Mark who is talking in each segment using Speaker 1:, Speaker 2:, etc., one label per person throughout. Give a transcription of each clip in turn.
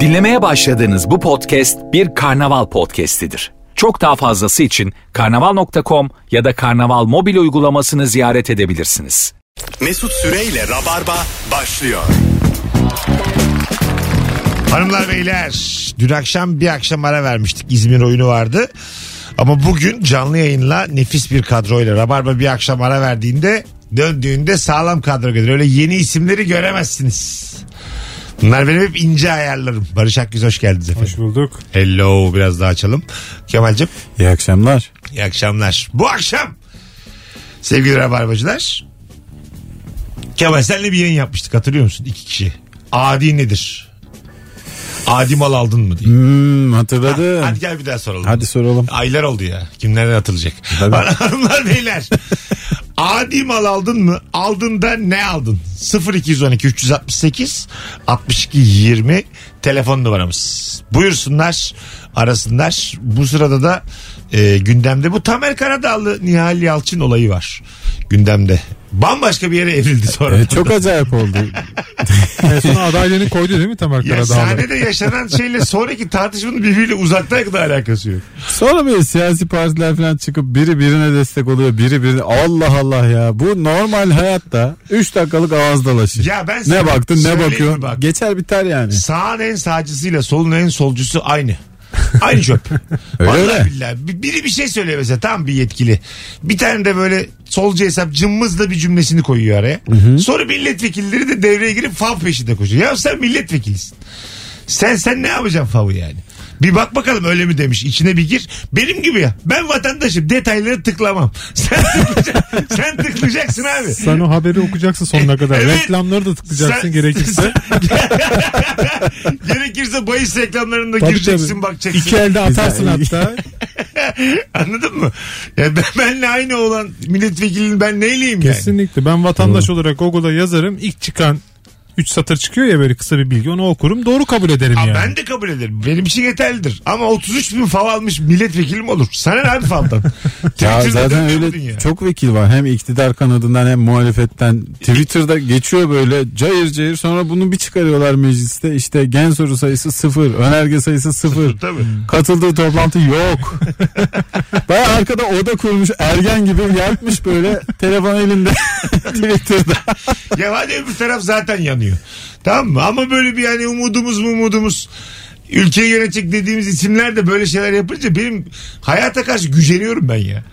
Speaker 1: Dinlemeye başladığınız bu podcast bir karnaval podcastidir. Çok daha fazlası için karnaval.com ya da karnaval mobil uygulamasını ziyaret edebilirsiniz.
Speaker 2: Mesut Süreyle Rabarba başlıyor.
Speaker 3: Hanımlar beyler dün akşam bir akşam ara vermiştik İzmir oyunu vardı. Ama bugün canlı yayınla nefis bir kadroyla Rabarba bir akşam ara verdiğinde döndüğünde sağlam kadro gelir. Öyle yeni isimleri göremezsiniz. Bunlar benim hep ince ayarlarım. Barış Akgüz hoş geldiniz efendim.
Speaker 4: Hoş bulduk.
Speaker 3: Hello biraz daha açalım. Kemal'cim
Speaker 4: İyi akşamlar.
Speaker 3: iyi akşamlar. Bu akşam sevgili Rabarbacılar Kemal senle bir yayın yapmıştık hatırlıyor musun? İki kişi. Adi nedir? Adi mal aldın mı diye.
Speaker 4: Hmm, hatırladım.
Speaker 3: Hadi
Speaker 4: hadi.
Speaker 3: gel bir daha soralım.
Speaker 4: soralım.
Speaker 3: Aylar oldu ya. Kimlerden hatırlayacak?
Speaker 4: Tabii.
Speaker 3: Hanımlar beyler. Adi mal aldın mı? Aldın da ne aldın? 0212 368 62 20 telefon numaramız. Buyursunlar arasınlar. Bu sırada da e, gündemde bu Tamer Karadağlı Nihal Yalçın olayı var. Gündemde. Bambaşka bir yere evrildi sonra.
Speaker 4: Evet, E, çok acayip oldu.
Speaker 5: En son adaylığını koydu değil mi Tamer
Speaker 3: Ya
Speaker 5: Karadağlı?
Speaker 3: sahnede yaşanan şeyle sonraki tartışmanın birbiriyle uzaktan yakın alakası yok.
Speaker 4: Sonra böyle siyasi partiler falan çıkıp biri birine destek oluyor. Biri birine Allah Allah ya. Bu normal hayatta 3 dakikalık ağız dalaşı.
Speaker 3: Ya ben sana
Speaker 4: ne baktın ne
Speaker 3: söyleyeyim
Speaker 4: bakıyorsun.
Speaker 3: mi bak?
Speaker 4: Geçer biter yani.
Speaker 3: Sağın en sağcısıyla solun en solcusu aynı. Aynı çöp.
Speaker 4: Öyle
Speaker 3: Vallahi
Speaker 4: öyle.
Speaker 3: billahi. Bi- Biri bir şey söylüyor mesela tam bir yetkili. Bir tane de böyle solcu hesap cımmızla bir cümlesini koyuyor araya. Sonra milletvekilleri de devreye girip fav peşinde koşuyor. Ya sen milletvekilisin. Sen sen ne yapacaksın favı yani? Bir bak bakalım öyle mi demiş. İçine bir gir. Benim gibi ya. Ben vatandaşım. Detayları tıklamam. Sen tıklayacaksın, sen tıklayacaksın abi.
Speaker 5: Sen o haberi okuyacaksın sonuna kadar.
Speaker 3: Evet.
Speaker 5: Reklamları da tıklayacaksın
Speaker 3: Sen-
Speaker 5: gerekirse.
Speaker 3: Gerekirse bahis reklamlarında
Speaker 5: Tabii
Speaker 3: gireceksin
Speaker 5: tabii.
Speaker 3: bakacaksın.
Speaker 5: İki elde atarsın
Speaker 4: Güzel.
Speaker 5: hatta.
Speaker 3: Anladın mı? Ya ben, benle aynı olan milletvekilinin ben neyleyim yani?
Speaker 5: Kesinlikle. Ben vatandaş olarak Google'a yazarım. İlk çıkan 3 satır çıkıyor ya böyle kısa bir bilgi. Onu okurum. Doğru kabul ederim
Speaker 3: Aa,
Speaker 5: yani.
Speaker 3: Ben de kabul ederim. Benim için yeterlidir. Ama 33 bin fav almış milletvekilim olur. Sana ne abi favdan?
Speaker 4: Ya
Speaker 3: Twitter'da
Speaker 4: zaten
Speaker 3: dönüyor
Speaker 4: öyle
Speaker 3: muydun ya?
Speaker 4: çok vekil var. Hem iktidar kanadından hem muhalefetten. Twitter'da geçiyor böyle cayır cayır. Sonra bunu bir çıkarıyorlar mecliste. İşte gen soru sayısı sıfır. Önerge sayısı sıfır.
Speaker 3: Tabii.
Speaker 5: Hmm.
Speaker 4: Katıldığı toplantı yok. Baya arkada oda kurmuş ergen gibi yatmış böyle telefon elinde Twitter'da.
Speaker 3: ya hadi öbür taraf zaten yanıyor. Tamam mı? Ama böyle bir yani umudumuz mu umudumuz ülkeyi yönetecek dediğimiz isimler de böyle şeyler yapınca benim hayata karşı güceniyorum ben ya.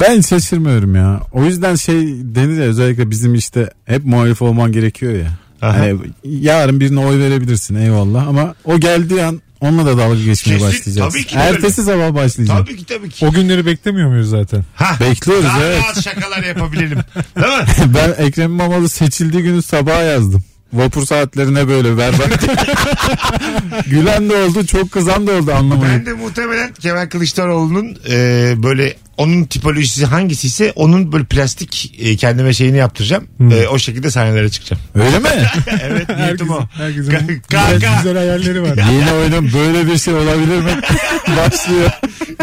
Speaker 4: Ben şaşırmıyorum ya. O yüzden şey denir ya özellikle bizim işte hep muhalif olman gerekiyor ya.
Speaker 3: Aha.
Speaker 4: Hani yarın birine oy verebilirsin eyvallah ama o geldiği an onunla da dalga geçmeye
Speaker 3: Kesin,
Speaker 4: başlayacaksın.
Speaker 3: tabii ki de
Speaker 4: Ertesi sabah başlayacaksın.
Speaker 3: Tabii ki tabii ki.
Speaker 5: O günleri beklemiyor muyuz zaten?
Speaker 3: Hah.
Speaker 4: Bekliyoruz,
Speaker 3: Daha
Speaker 4: evet.
Speaker 3: rahat şakalar yapabilelim. Değil mi?
Speaker 4: Ben Ekrem İmamoğlu seçildiği günü sabaha yazdım. Vapur saatlerine böyle berbat. Gülen de oldu çok kızan da oldu anlamayın.
Speaker 3: Ben de muhtemelen Kemal Kılıçdaroğlu'nun e, böyle onun tipolojisi hangisi ise onun böyle plastik e, kendime şeyini yaptıracağım. E, o şekilde sahnelere çıkacağım.
Speaker 4: Öyle mi?
Speaker 3: evet niyetim o.
Speaker 5: Hmm. herkesin
Speaker 3: Ka-
Speaker 5: güzel-
Speaker 3: Kanka
Speaker 5: güzel hayalleri var.
Speaker 4: Yeni oyunun böyle bir şey olabilir mi? Başlıyor.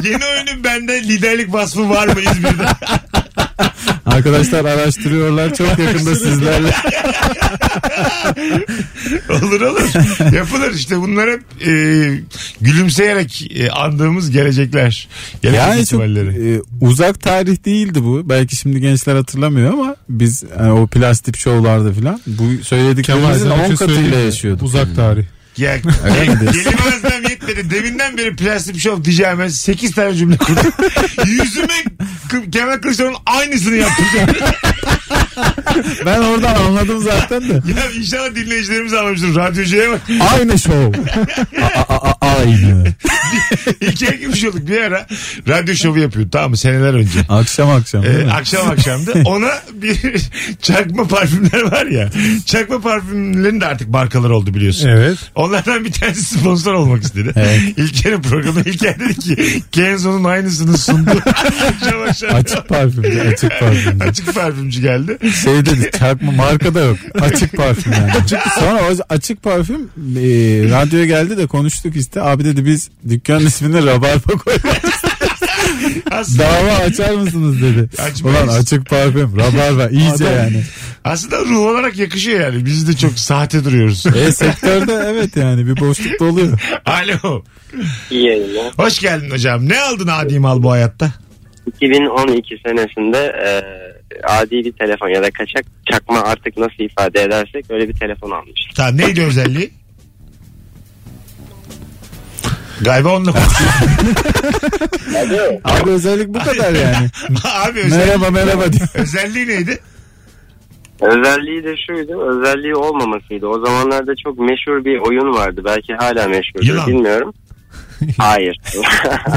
Speaker 3: yeni oyunun bende liderlik vasfı var mı İzmir'de?
Speaker 4: Arkadaşlar araştırıyorlar çok yakında sizlerle.
Speaker 3: olur olur. Yapılır işte bunlar hep e, gülümseyerek e, andığımız gelecekler. Gelecek
Speaker 4: Yani çok
Speaker 3: ihtimalleri.
Speaker 4: e, uzak tarih değildi bu. Belki şimdi gençler hatırlamıyor ama biz hani o plastik şovlarda filan bu söylediklerimizin 10
Speaker 5: Kemal Zeynep'in
Speaker 4: katıyla
Speaker 5: söylediği
Speaker 4: yaşıyorduk. Hmm.
Speaker 5: Uzak tarih.
Speaker 3: Ya,
Speaker 4: Öyle mi diyorsun?
Speaker 3: gelimezden yetmedi. Deminden beri plastik şov diyeceğime 8 tane cümle kurdum. Yüzüme K- Kemal Kılıçdaroğlu'nun aynısını yaptıracağım.
Speaker 4: Ben oradan anladım zaten de.
Speaker 3: ya inşallah dinleyicilerimiz anlamıştır. Radyocuya bak.
Speaker 4: Aynı şov. A- a- a- aynı.
Speaker 3: İki ekmiş olduk bir ara. Radyo şovu yapıyordu tamam mı seneler önce.
Speaker 4: Akşam akşam. değil
Speaker 3: Ee,
Speaker 4: mi?
Speaker 3: akşam akşamdı. Ona bir çakma parfümler var ya. Çakma parfümlerin de artık markaları oldu biliyorsun.
Speaker 5: Evet.
Speaker 3: Onlardan bir tanesi sponsor olmak istedi.
Speaker 4: Evet.
Speaker 3: İlker'in programı İlker dedi ki Kenzo'nun aynısını sundu. akşam akşam.
Speaker 4: E, Açık parfümcü, açık parfümcü.
Speaker 3: Açık parfümcü geldi.
Speaker 4: Şey dedi çarpma marka da yok. Açık parfüm yani. Açık- Sonra o açık parfüm e, radyoya geldi de konuştuk işte. Abi dedi biz dükkanın ismini Rabarba koymak istiyoruz.
Speaker 3: Aslında,
Speaker 4: Dava açar mısınız dedi.
Speaker 3: Açmayız.
Speaker 4: Ulan açık parfüm. Rabarba iyice
Speaker 5: Adam-
Speaker 4: yani.
Speaker 3: aslında ruh olarak yakışıyor yani. Biz de çok sahte duruyoruz.
Speaker 4: E sektörde evet yani bir boşluk doluyor.
Speaker 3: Alo.
Speaker 6: İyi yayınlar.
Speaker 3: Hoş geldin hocam. Ne aldın adi mal bu hayatta?
Speaker 6: 2012 senesinde e, adi bir telefon ya da kaçak çakma artık nasıl ifade edersek öyle bir telefon almıştım.
Speaker 3: Tamam neydi özelliği? Galiba onunla konuşuyor.
Speaker 4: Abi özellik bu kadar yani.
Speaker 3: Abi özel,
Speaker 4: merhaba merhaba diyor.
Speaker 3: özelliği neydi?
Speaker 6: Özelliği de şuydu, özelliği olmamasıydı. O zamanlarda çok meşhur bir oyun vardı. Belki hala meşhurdur
Speaker 3: Yılan.
Speaker 6: bilmiyorum. Hayır.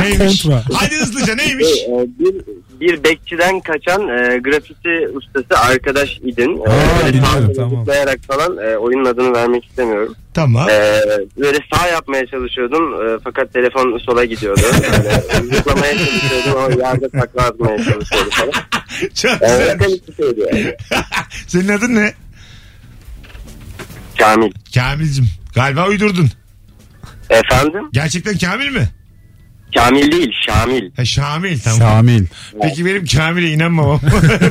Speaker 3: Neymiş?
Speaker 4: Kontra.
Speaker 3: Hadi hızlıca neymiş?
Speaker 6: Ee, bir, bir bekçiden kaçan e, grafiti ustası arkadaş idin. Ee,
Speaker 4: Aa,
Speaker 6: böyle
Speaker 4: biliyorum,
Speaker 6: tahtaları
Speaker 4: tamam.
Speaker 6: zıplayarak falan e, oyunun adını vermek istemiyorum.
Speaker 3: Tamam.
Speaker 6: Ee, böyle sağ yapmaya çalışıyordum e, fakat telefon sola gidiyordu. Böyle zıplamaya çalışıyordum ama yerde takla atmaya çalışıyordu falan.
Speaker 3: Çok
Speaker 6: Ee,
Speaker 3: güzel.
Speaker 6: komik bir şeydi yani.
Speaker 3: Senin adın ne?
Speaker 6: Kamil.
Speaker 3: Kamil'cim. Galiba uydurdun.
Speaker 6: Efendim?
Speaker 3: Gerçekten Kamil mi?
Speaker 6: Kamil değil, Şamil.
Speaker 3: Ha, Şamil tamam.
Speaker 4: Şamil.
Speaker 3: Peki benim Kamil'e inanmamam.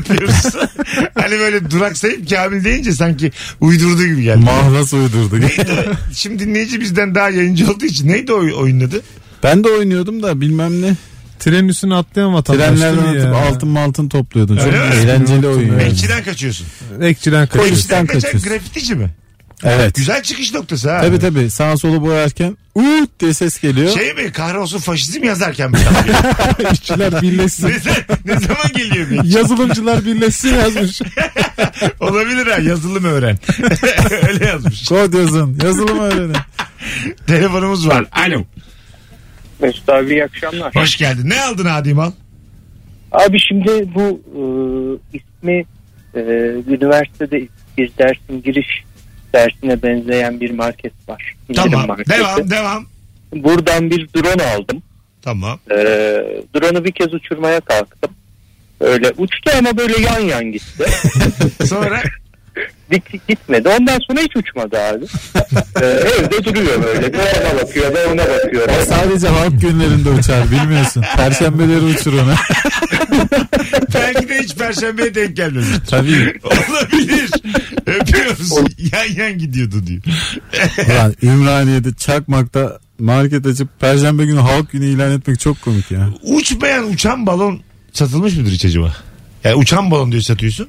Speaker 3: Diyoruz. hani böyle duraksayıp Kamil deyince sanki uydurdu gibi geldi.
Speaker 4: Mahlas uydurdu.
Speaker 3: Neydi? Şimdi dinleyici bizden daha yayıncı olduğu için neydi o oyunun adı?
Speaker 4: ben de oynuyordum da bilmem ne.
Speaker 5: Trenin üstüne altlayan vatandaş
Speaker 4: Trenlerden
Speaker 5: değil mi
Speaker 4: atıp
Speaker 5: ya?
Speaker 4: altın altın topluyordun. Çok
Speaker 3: Öyle mi?
Speaker 4: eğlenceli oyun. yani.
Speaker 3: Bekçiden kaçıyorsun.
Speaker 5: Ekçiden kaçıyor.
Speaker 4: Polis. Bekçiden
Speaker 3: Bekçiden kaçan
Speaker 4: kaçıyorsun.
Speaker 3: grafitici mi?
Speaker 4: Evet.
Speaker 3: Güzel çıkış noktası ha.
Speaker 4: Tabi tabi sağ solu boyarken uut diye ses geliyor.
Speaker 3: Şey mi kahrolsun faşizm yazarken mi? kalkıyor?
Speaker 4: İşçiler birleşsin.
Speaker 3: ne, zaman- ne zaman geliyor bir?
Speaker 4: Yazılımcılar birleşsin yazmış.
Speaker 3: Olabilir ha yazılım öğren. Öyle yazmış.
Speaker 4: Kod yazın. Yazılım öğrenin.
Speaker 3: Telefonumuz var. Alo.
Speaker 7: Mesut abi iyi akşamlar.
Speaker 3: Hoş geldin. Ne aldın Adi Mal?
Speaker 7: Abi şimdi bu e, ismi e, üniversitede bir dersin giriş dersine benzeyen bir market var. İndirim
Speaker 3: Tamam.
Speaker 7: marketi.
Speaker 3: Devam devam.
Speaker 7: Buradan bir drone aldım.
Speaker 3: Tamam.
Speaker 7: E, drone'u bir kez uçurmaya kalktım. Öyle uçtu ama böyle yan yan gitti.
Speaker 3: Sonra
Speaker 7: Git, gitmedi. Ondan sonra hiç uçmadı abi. E, evde duruyor böyle. Bir ona bakıyor, bir ona bakıyor.
Speaker 4: O sadece halk günlerinde uçar bilmiyorsun. Perşembeleri uçur onu.
Speaker 3: belki de hiç perşembeye denk gelmemiştir.
Speaker 4: Tabii.
Speaker 3: Olabilir. Öpüyoruz. Yan yan gidiyordu diyor.
Speaker 4: Ulan Ümraniye'de çakmakta market açıp perşembe günü halk günü ilan etmek çok komik ya.
Speaker 3: Uçmayan uçan balon satılmış mıdır hiç acaba? Yani uçan balon diyor satıyorsun.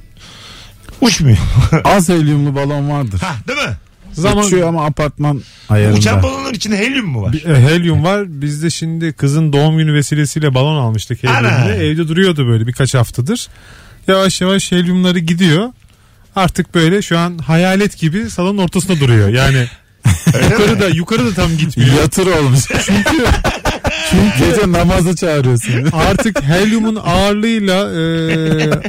Speaker 3: Uçmuyor.
Speaker 4: Az helyumlu balon vardır.
Speaker 3: ha, değil mi?
Speaker 5: Zaman
Speaker 4: Uçuyor ama apartman ayarında.
Speaker 3: Uçan balonların içinde helyum mu var?
Speaker 5: E, helyum var. Biz de şimdi kızın doğum günü vesilesiyle balon almıştık
Speaker 3: Ana.
Speaker 5: helyumda. Evde duruyordu böyle birkaç haftadır. Yavaş yavaş helyumları gidiyor. Artık böyle şu an hayalet gibi salonun ortasında duruyor. Yani yukarıda yukarıda tam gitmiyor.
Speaker 4: Yatır olmuş. Çünkü, çünkü gece namaza çağırıyorsun.
Speaker 5: Artık helyumun ağırlığıyla e,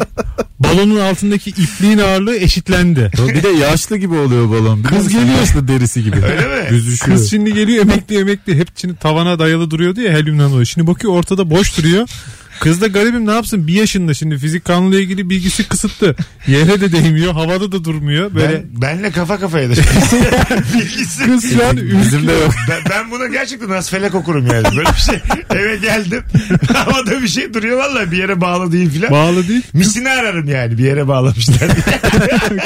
Speaker 5: balonun altındaki ipliğin ağırlığı eşitlendi.
Speaker 4: Bir de yaşlı gibi oluyor balon. Kız geliyor yaşlı derisi gibi.
Speaker 3: Öyle mi?
Speaker 4: Büzüşüyor.
Speaker 5: Kız şimdi geliyor emekli emekli hep şimdi tavana dayalı duruyordu ya helyumdan dolayı. Şimdi bakıyor ortada boş duruyor. Kız da garibim ne yapsın bir yaşında şimdi fizik kanunla ilgili bilgisi kısıtlı. Yere de değmiyor havada da durmuyor. Böyle
Speaker 3: Ben, benle kafa kafaya da. şey- Bilgisi.
Speaker 5: kız şu an
Speaker 4: Bizim de yok.
Speaker 3: Ben, ben buna gerçekten asfelek okurum yani. Böyle bir şey. Eve geldim. Havada bir şey duruyor vallahi bir yere bağlı değil filan.
Speaker 5: bağlı değil.
Speaker 3: Misini ararım yani bir yere bağlamışlar diye.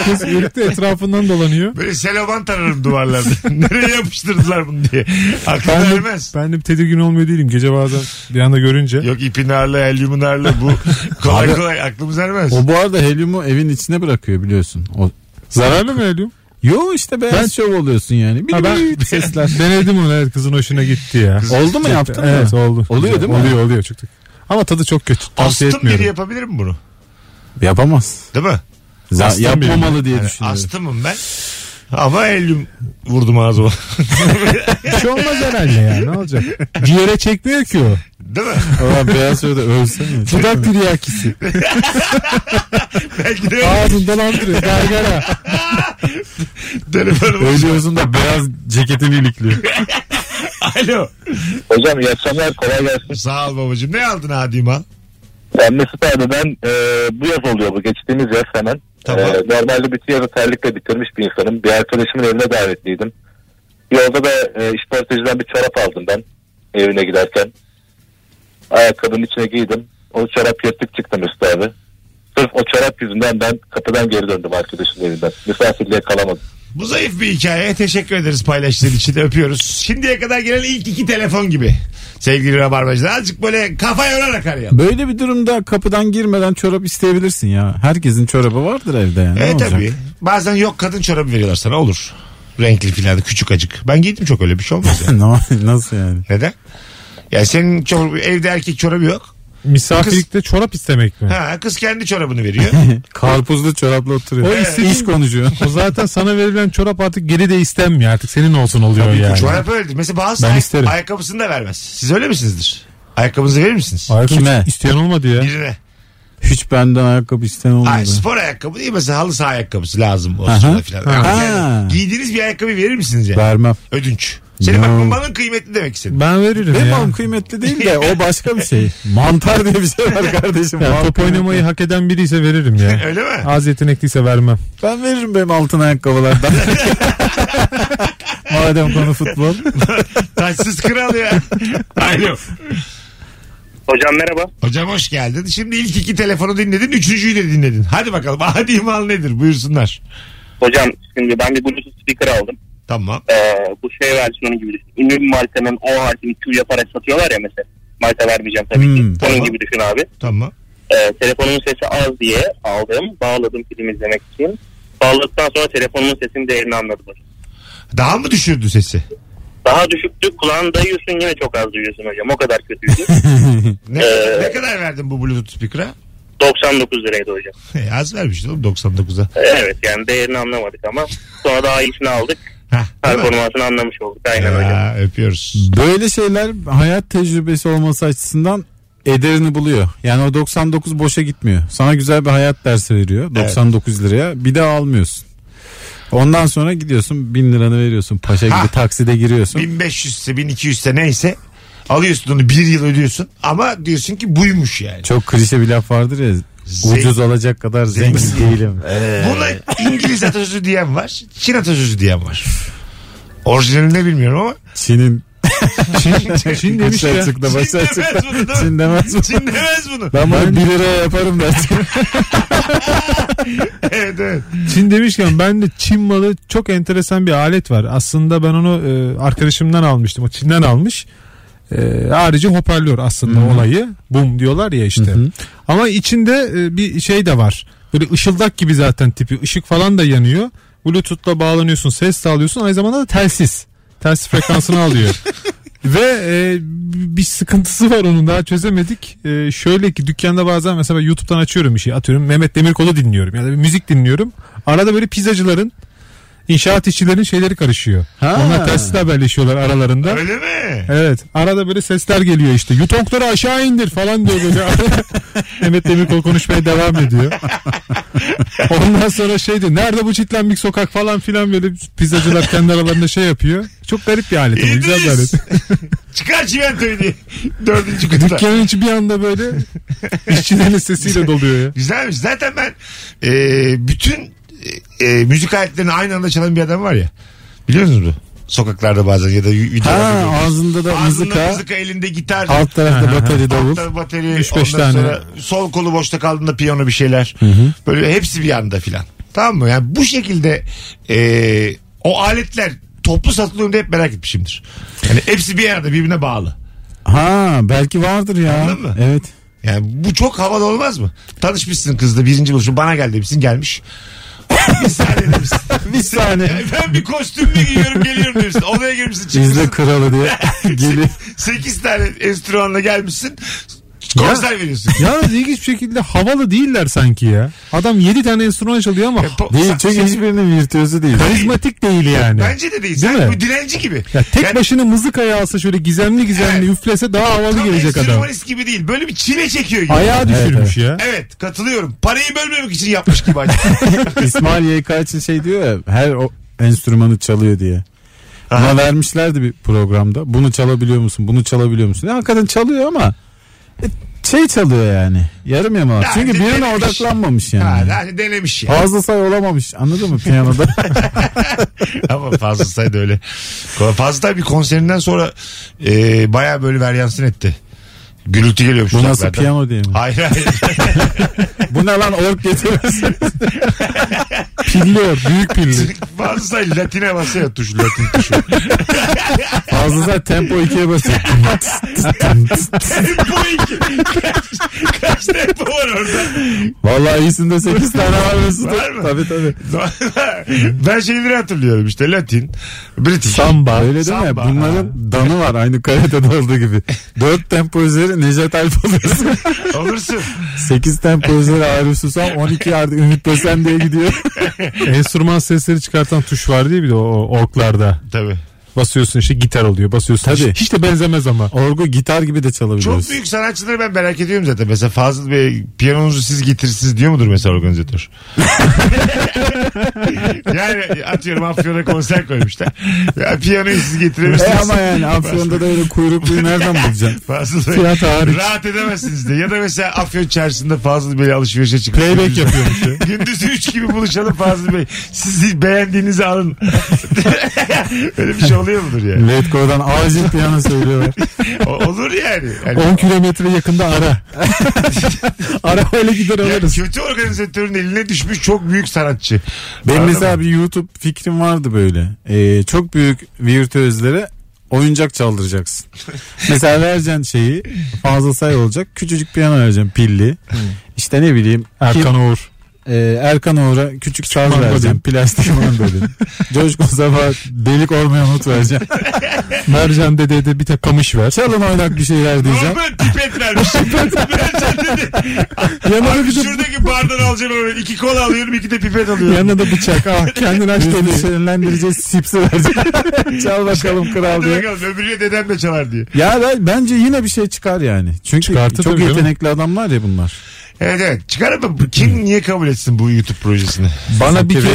Speaker 5: Kız ürkte etrafından dolanıyor.
Speaker 3: Böyle seloban tararım duvarlarda. Nereye yapıştırdılar bunu diye. Aklım
Speaker 5: Ben de,
Speaker 3: vermez.
Speaker 5: ben de tedirgin olmuyor değilim. Gece bazen bir anda görünce.
Speaker 3: Yok ipin ağırlığı, helyumun ağırlığı bu. kolay
Speaker 4: Abi-
Speaker 3: kolay aklımız ermez.
Speaker 4: O bu arada helyumu evin içine bırakıyor biliyorsun. O
Speaker 5: Zararlı mı helyum?
Speaker 4: Yo işte beyaz
Speaker 5: Ben-
Speaker 4: şov oluyorsun yani. Bir
Speaker 5: Ha, ben-
Speaker 4: sesler.
Speaker 5: Denedim onu evet kızın hoşuna gitti ya.
Speaker 4: Oldu mu yaptın mı?
Speaker 5: Evet oldu.
Speaker 4: Oluyor değil mi?
Speaker 5: Oluyor oluyor çıktık. Ama tadı çok kötü. Tavsiye
Speaker 3: Astım biri
Speaker 5: etmiyorum.
Speaker 3: yapabilir mi bunu?
Speaker 4: Yapamaz.
Speaker 3: Değil mi?
Speaker 4: Ya-
Speaker 5: Aslan
Speaker 4: yapmamalı diye düşünüyorum.
Speaker 3: Astımım ben. Ama helyum vurdum ağzıma.
Speaker 5: Bir şey olmaz herhalde ya ne olacak? Ciğere çekmiyor ki o.
Speaker 3: Değil mi?
Speaker 4: Ulan beyaz şovda ölsene.
Speaker 5: Dudak tiryakisi.
Speaker 3: Belki de
Speaker 5: Ağzını dolandırıyor. Gargara.
Speaker 3: telefonum.
Speaker 4: Ölüyorsun da beyaz ceketini ilikliyor.
Speaker 3: Alo.
Speaker 7: Hocam iyi akşamlar. Kolay gelsin.
Speaker 3: Sağ ol babacığım. Ne aldın Adi mal?
Speaker 7: Ben Mesut abi ben e, bu yaz oluyor bu geçtiğimiz yaz hemen.
Speaker 3: Tamam.
Speaker 7: E, normalde bütün yazı terlikle bitirmiş bir insanım. Bir arkadaşımın evine davetliydim. Yolda da e, işportacıdan bir çorap aldım ben evine giderken.
Speaker 8: Ayakkabının içine giydim. O çorap yırtık çıktım üstü abi. Sırf o çorap yüzünden ben kapıdan geri döndüm arkadaşımın evinden. Misafirliğe kalamadım.
Speaker 3: Bu zayıf bir hikaye. Teşekkür ederiz paylaştığın için. Öpüyoruz. Şimdiye kadar gelen ilk iki telefon gibi. Sevgili Rabarbacılar. Azıcık böyle kafa yorarak arayalım.
Speaker 4: Böyle bir durumda kapıdan girmeden çorap isteyebilirsin ya. Herkesin çorabı vardır evde yani. Ne
Speaker 3: E
Speaker 4: olacak?
Speaker 3: tabii. Bazen yok kadın çorabı veriyorlar sana olur. Renkli filan küçük acık. Ben giydim çok öyle bir şey olmaz ya.
Speaker 4: Ne- Nasıl yani?
Speaker 3: Neden? Ya senin çor- evde erkek çorabı yok.
Speaker 5: Misafirlikte çorap istemek mi?
Speaker 3: Ha kız kendi çorabını veriyor.
Speaker 4: Karpuzlu çorapla oturuyor.
Speaker 5: O istediğin-
Speaker 4: iş konuşuyor.
Speaker 5: O zaten sana verilen çorap artık geri de istenmiyor artık senin olsun oluyor yani.
Speaker 3: Çorap öyledir. Mesela bazı
Speaker 4: Ben
Speaker 3: ay-
Speaker 4: isterim.
Speaker 3: ayakkabısını da vermez. Siz öyle misinizdir? Ayakkabınızı verir misiniz?
Speaker 5: Ayakkabı
Speaker 4: Kime?
Speaker 5: isteyen olmadı ya.
Speaker 3: Birine.
Speaker 4: Hiç benden ayakkabı isteyen olmadı.
Speaker 3: Hayır spor ayakkabı değil mesela halı saha ayakkabısı lazım o
Speaker 4: Aha.
Speaker 3: sırada filan. Ama
Speaker 4: Ha.
Speaker 3: yani giydiğiniz bir ayakkabı verir misiniz yani?
Speaker 4: Vermem.
Speaker 3: Ödünç. Senin
Speaker 4: Ya.
Speaker 3: bak bana kıymetli demek istedim.
Speaker 5: Ben veririm
Speaker 4: Benim
Speaker 5: ya.
Speaker 4: malım kıymetli değil de o başka bir şey. Mantar diye bir şey var kardeşim.
Speaker 5: Ya
Speaker 4: Mal
Speaker 5: top
Speaker 4: kıymetli.
Speaker 5: oynamayı hak eden biri ise veririm ya.
Speaker 3: Öyle mi?
Speaker 5: Az yetenekliyse vermem.
Speaker 4: Ben veririm benim altın ayakkabılardan. Madem konu futbol.
Speaker 3: Taçsız kral ya. Alo.
Speaker 6: Hocam merhaba.
Speaker 3: Hocam hoş geldin. Şimdi ilk iki telefonu dinledin. Üçüncüyü de dinledin. Hadi bakalım. Adi imal nedir? Buyursunlar.
Speaker 6: Hocam şimdi ben bir Bluetooth speaker aldım.
Speaker 3: Tamam.
Speaker 6: Ee, bu şey versiyonu gibi düşün. Ünlü bir markanın O harfini Q yaparak satıyorlar ya mesela. Marka vermeyeceğim tabii
Speaker 4: Hmm,
Speaker 6: ki.
Speaker 3: tamam.
Speaker 6: Onun gibi düşün abi.
Speaker 3: Tamam.
Speaker 6: Ee, telefonumun sesi az diye aldım. Bağladım film izlemek için. Bağladıktan sonra telefonumun sesinin değerini anladım.
Speaker 3: Daha mı düşürdü sesi?
Speaker 6: Daha düşüktü. Kulağını dayıyorsun yine çok az duyuyorsun hocam. O kadar kötüydü.
Speaker 3: Ne,
Speaker 6: Ee,
Speaker 3: ne kadar verdin bu Bluetooth speaker'a? E,
Speaker 6: 99 liraydı hocam.
Speaker 3: Az vermiştin oğlum 99'a.
Speaker 6: Evet yani değerini anlamadık ama sonra daha iyisini aldık.
Speaker 3: Hah, değil mi?
Speaker 6: Performansını anlamış olduk. Aynen hocam.
Speaker 3: Ya, öpüyoruz.
Speaker 4: Böyle şeyler hayat tecrübesi olması açısından ederini buluyor. Yani o 99 boşa gitmiyor. Sana güzel bir hayat dersi veriyor. 99 liraya. Bir de almıyorsun. Ondan sonra gidiyorsun 1000 liranı veriyorsun. Paşa gibi
Speaker 3: Ha.
Speaker 4: takside giriyorsun.
Speaker 3: 1500 ise 1200 ise neyse alıyorsun onu bir yıl ödüyorsun ama diyorsun ki buymuş yani.
Speaker 4: Çok klişe bir laf vardır ya.
Speaker 3: Zengin-
Speaker 4: ucuz olacak kadar zengin,
Speaker 3: Zengin.
Speaker 4: değilim.
Speaker 3: Buna İngiliz atasözü diyen var, Çin atasözü diyen var. Orijinalini ne bilmiyorum ama.
Speaker 4: Çin'in
Speaker 5: Çin, Çin demiş
Speaker 4: başa
Speaker 5: ya.
Speaker 4: çıktı,
Speaker 3: Çin
Speaker 4: başa
Speaker 3: demez
Speaker 4: çıktı.
Speaker 3: bunu değil mi?
Speaker 4: Çin demez mi?
Speaker 3: Çin demez bunu.
Speaker 4: Ben bunu 1 liraya yaparım ben.
Speaker 3: evet evet.
Speaker 5: Çin demişken ben de Çin malı çok enteresan bir alet var. Aslında ben onu e, arkadaşımdan almıştım. O Çin'den almış. E, harici hoparlör aslında olayı. Bum diyorlar ya işte. Ama içinde e, bir şey de var. Böyle ışıldak gibi zaten tipi. Işık falan da yanıyor. Bluetooth'la bağlanıyorsun. Ses sağlıyorsun. Aynı zamanda da telsiz. Telsiz frekansını alıyor. Ve e, bir sıkıntısı var onun daha çözemedik. E, şöyle ki dükkanda bazen mesela ben YouTube'dan açıyorum işi atıyorum. Mehmet Demirkol'u dinliyorum ya da bir müzik dinliyorum. Arada böyle pizzacıların inşaat işçilerin şeyleri karışıyor.
Speaker 4: Ha.
Speaker 5: Onlar telsizle haberleşiyorlar aralarında.
Speaker 3: Öyle mi?
Speaker 5: Evet arada böyle sesler geliyor işte yutonkları aşağı indir falan diyor böyle. Mehmet Demirkol konuşmaya devam ediyor. Ondan sonra şey diyor nerede bu çitlenmik sokak falan filan böyle pizzacılar kendi aralarında şey yapıyor. Çok garip bir alet ama güzel bir alet.
Speaker 3: İdris. Çıkar çimentoyu diye. Dördüncü kıtada.
Speaker 5: Dükkanın içi bir anda böyle işçilerin sesiyle doluyor ya.
Speaker 3: Güzelmiş. Zaten ben e, bütün e, e, müzik aletlerini aynı anda çalan bir adam var ya. Biliyor musunuz bu? Sokaklarda bazen ya da y- videolarda.
Speaker 4: Ha,
Speaker 3: görüyoruz.
Speaker 4: ağzında da
Speaker 3: Ağzında
Speaker 4: mızıka,
Speaker 3: mızıka, elinde gitar.
Speaker 4: alt tarafta bateri davul.
Speaker 3: Altta bateri,
Speaker 5: Üç beş
Speaker 3: ondan
Speaker 5: tane.
Speaker 3: sonra sol kolu boşta kaldığında piyano bir şeyler. Böyle hepsi bir anda filan. Tamam mı? Yani bu şekilde e, o aletler toplu satılıyor diye hep merak etmişimdir. Yani hepsi bir arada birbirine bağlı.
Speaker 4: Ha belki vardır ya.
Speaker 3: Anladın mı?
Speaker 4: Evet.
Speaker 3: Yani bu çok havalı olmaz mı? Tanışmışsın kızla birinci buluşma bana gel demişsin gelmiş. bir saniye demişsin.
Speaker 4: Bir saniye.
Speaker 3: Yani ben bir kostümle giyiyorum geliyorum demişsin. Odaya girmişsin
Speaker 4: İzle
Speaker 3: çıkmışsın.
Speaker 4: kralı diye geliyor.
Speaker 3: 8 tane enstrümanla gelmişsin. Konser veriyorsun.
Speaker 5: Yalnız ilginç bir şekilde havalı değiller sanki ya. Adam 7 tane enstrüman çalıyor ama
Speaker 3: Ya E, po-
Speaker 4: Değil çünkü hiçbirinin virtüözü değil.
Speaker 5: karizmatik değil yani.
Speaker 3: Bence de değil. Sen
Speaker 5: Değil mi?
Speaker 3: bu dilenci gibi.
Speaker 5: Ya tek
Speaker 3: Yani
Speaker 5: başına mızıkaya alsa şöyle gizemli gizemli üflese daha havalı
Speaker 3: tam
Speaker 5: gelecek adam.
Speaker 3: enstrümanist gibi değil. Böyle bir çile çekiyor gibi.
Speaker 5: Ayağı düşürmüş ya.
Speaker 3: Evet katılıyorum. Parayı bölmemek için yapmış gibi acaba.
Speaker 4: İsmail YK için şey diyor ya her o enstrümanı çalıyor diye. Buna vermişlerdi bir programda. Bunu çalabiliyor musun? Bunu çalabiliyor musun? Ya, hakikaten çalıyor ama e, şey çalıyor yani. Yarım yamalak.
Speaker 3: Ya,
Speaker 4: Çünkü birine
Speaker 3: dinlemiş.
Speaker 4: odaklanmamış
Speaker 3: ha,
Speaker 4: yani.
Speaker 3: yani hani denemiş ya.
Speaker 4: Fazla say olamamış. Anladın mı piyanoda?
Speaker 3: Ama fazla saydı öyle. Fazla bir konserinden sonra e, baya böyle varyansın etti. Gürültü geliyormuş.
Speaker 4: Bu nasıl
Speaker 3: uzaklardan.
Speaker 4: piyano diye mi?
Speaker 3: Hayır hayır.
Speaker 4: Bu ne lan ork getirmesin. Pilliyor. Büyük pilli.
Speaker 3: Fazla latine basıyor tuşu latin tuşu.
Speaker 4: Fazlasa tempo ikiye basıyor.
Speaker 3: Bu iki. Kaç, kaç tempo var orada?
Speaker 4: Vallahi iyisinde 8 tane var Mesut.
Speaker 3: Var mı?
Speaker 4: Tabii tabii.
Speaker 3: ben şeyleri hatırlıyorum işte Latin, British.
Speaker 4: Samba. Öyle değil mi?
Speaker 3: Samba.
Speaker 4: Bunların danı var aynı kalitede olduğu gibi. 4 tempo üzeri Necdet Alp olursun.
Speaker 3: Olursun.
Speaker 4: 8 tempo üzeri Arif Susam 12 artık Ümit Besen diye gidiyor.
Speaker 5: Enstrüman sesleri çıkartan tuş var diye bir de o orklarda.
Speaker 3: Tabii.
Speaker 5: Basıyorsun işte gitar oluyor. Basıyorsun.
Speaker 4: Tabii.
Speaker 5: Hiç, hiç de benzemez ama.
Speaker 4: Orgu gitar gibi de
Speaker 3: Çok
Speaker 4: çalabiliyoruz.
Speaker 3: büyük sanatçıları ben merak ediyorum zaten. Mesela Fazıl Bey piyanonuzu siz getirsiniz diyor mudur mesela organizatör? yani atıyorum Afyon'a konser koymuşlar. Ya, piyanoyu siz
Speaker 4: E
Speaker 3: getirebilirsiniz.
Speaker 4: ama yani Afyon'da da öyle kuyrukluyu nereden bulacaksın?
Speaker 3: Fazıl Bey.
Speaker 4: Fiyat hariç.
Speaker 3: Rahat edemezsiniz de. Ya da mesela Afyon çarşısında Fazıl Bey'le alışverişe çıkıp.
Speaker 4: Playback yapıyormuş ya.
Speaker 3: Gündüz 3 gibi buluşalım Fazıl Bey. Siz beğendiğinizi alın. Öyle bir şey oluyor mudur yani?
Speaker 4: Letgo'dan acil piyano söylüyorlar.
Speaker 3: O- olur yani. Hani yani
Speaker 4: 10 kilometre yakında ara. Arabayla gider
Speaker 3: ya
Speaker 4: alırız.
Speaker 3: kötü organizatörün eline düşmüş çok büyük sanatçı.
Speaker 4: Benim
Speaker 3: Anladın
Speaker 4: mesela
Speaker 3: mı?
Speaker 4: bir YouTube fikrim vardı böyle. Ee, çok büyük virtüözlere oyuncak çaldıracaksın. mesela vereceksin şeyi fazla say olacak. Küçücük piyano vereceksin pilli.
Speaker 3: Hmm.
Speaker 4: İşte ne bileyim
Speaker 5: Erkan
Speaker 4: kim-
Speaker 5: Oğur.
Speaker 4: e, Erkan Oğur'a küçük saz
Speaker 5: mango
Speaker 4: vereceğim.
Speaker 5: diyeyim.
Speaker 4: Plastik mango dedim. Coşkun Sabah delik olmayan not vereceğim.
Speaker 5: Mercan dedeye de bir tek kamış ver.
Speaker 4: Çalın oynak bir şeyler diyeceğim.
Speaker 3: Normal pipet vermiş.
Speaker 4: Yanına bir de
Speaker 3: Şuradaki bardan alacağım öyle. iki kola alıyorum iki de pipet alıyorum.
Speaker 4: Yanına da bıçak. Ah kendini aç deli. Şenlendireceğiz sipsi vereceğiz. Çal bakalım kral
Speaker 3: Hadi
Speaker 4: diye.
Speaker 3: bakalım öbürüne dedem de çalar diye.
Speaker 4: Ya ben, bence yine bir şey çıkar yani. Çünkü
Speaker 5: Çıkartır
Speaker 4: çok
Speaker 5: tabii canım.
Speaker 4: yetenekli adamlar ya bunlar.
Speaker 3: Evet evet çıkarır mı?
Speaker 5: Hmm.
Speaker 3: Kim niye kabul etsin bu YouTube projesini?
Speaker 4: Bana bir kere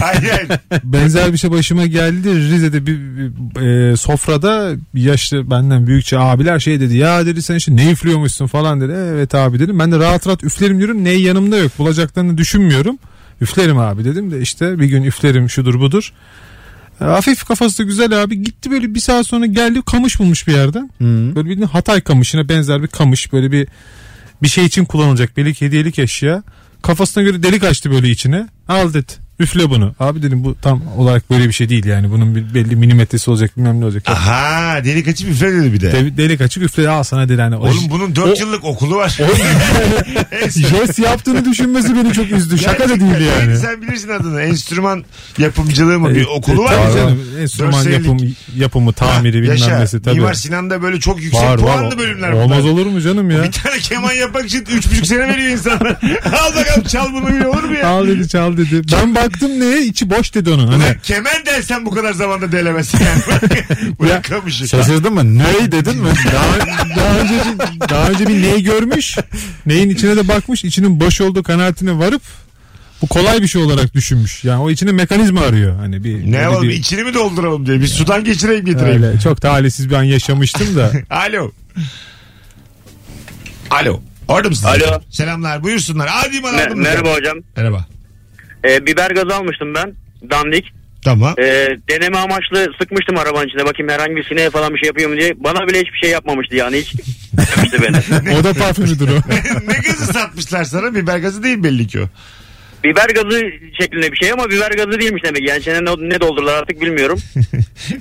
Speaker 3: hayır hayır.
Speaker 5: Benzer bir şey başıma geldi. Rize'de bir, bir- e, sofrada yaşlı benden büyükçe abiler şey dedi. Ya dedi sen işte ne üflüyormuşsun falan dedi. Evet abi dedim. Ben de rahat rahat üflerim diyorum. Ney yanımda yok. Bulacaklarını düşünmüyorum. Üflerim abi dedim de işte bir gün üflerim şudur budur. E, Hafif kafası da güzel abi. Gitti böyle bir saat sonra geldi kamış bulmuş bir yerden. Böyle bildiğin Hatay kamışına benzer bir kamış. Böyle bir bir şey için kullanılacak. Belki hediyelik eşya. Kafasına göre delik açtı böyle içine. Al dedi. Üfle bunu. Abi dedim bu tam olarak böyle bir şey değil yani. Bunun bir belli milimetresi olacak bilmem ne olacak.
Speaker 3: Ah Aha delik açıp üfle dedi bir de.
Speaker 5: De- delik açık üfle al sana dedi. Hani
Speaker 3: Oğlum bunun 4 yıllık okulu var.
Speaker 5: jest yaptığını düşünmesi beni çok üzdü. Şaka da değil
Speaker 3: Gerçekten.
Speaker 5: yani.
Speaker 3: Sen bilirsin adını. Enstrüman yapımcılığı mı bir okulu var
Speaker 5: E, Tabii
Speaker 3: mı?
Speaker 5: canım. Enstrüman
Speaker 3: Dört
Speaker 5: yapım, yapımı, tamiri
Speaker 3: Ha,
Speaker 5: bilmem
Speaker 3: yaşa.
Speaker 5: nesi tabii.
Speaker 3: Mimar Sinan'da böyle çok yüksek
Speaker 5: Var
Speaker 3: puanlı
Speaker 5: var.
Speaker 3: bölümler
Speaker 5: Olmaz
Speaker 3: bunlar.
Speaker 5: olur mu canım ya?
Speaker 3: Bir tane keman yapmak için 3,5 sene veriyor insanlar. Al bakalım çal bunu bile olur mu ya?
Speaker 5: Al dedi çal dedi. Ben baktım neye içi boş dedi onun. Hani
Speaker 3: Kemen dersen bu kadar zamanda delemezsin yani.
Speaker 4: Ya,
Speaker 3: Bırakamışsın.
Speaker 4: şaşırdın mı? Ney dedin mi?
Speaker 5: Daha, daha önce bir, daha önce bir ney görmüş. Neyin içine de bakmış. içinin boş olduğu kanaatine varıp bu kolay bir şey olarak düşünmüş. Yani o içine mekanizma arıyor. Hani bir
Speaker 3: Ne
Speaker 5: böyle
Speaker 3: yapalım
Speaker 5: bir-
Speaker 3: içini mi dolduralım diye. Bir sudan geçireyim getireyim.
Speaker 5: öyle çok da halesiz bir an yaşamıştım da.
Speaker 3: Alo. Alo. Orada mısınız?
Speaker 6: Alo.
Speaker 3: Selamlar buyursunlar. Hadi bana
Speaker 6: Me- merhaba hocam.
Speaker 3: Merhaba.
Speaker 6: Ee, biber gazı almıştım ben. Dandik.
Speaker 3: Tamam.
Speaker 6: Ee, deneme amaçlı sıkmıştım arabanın içine. Bakayım herhangi bir sineğe falan bir şey yapıyor mu diye. Bana bile hiçbir şey yapmamıştı yani. Hiç yapmamıştı beni.
Speaker 5: o da parfümüdür o.
Speaker 3: ne gazı satmışlar sana? Biber gazı değil belli ki o.
Speaker 6: biber gazı şeklinde bir şey ama biber gazı değilmiş demek. Yani içine ne, ne doldurdular artık bilmiyorum.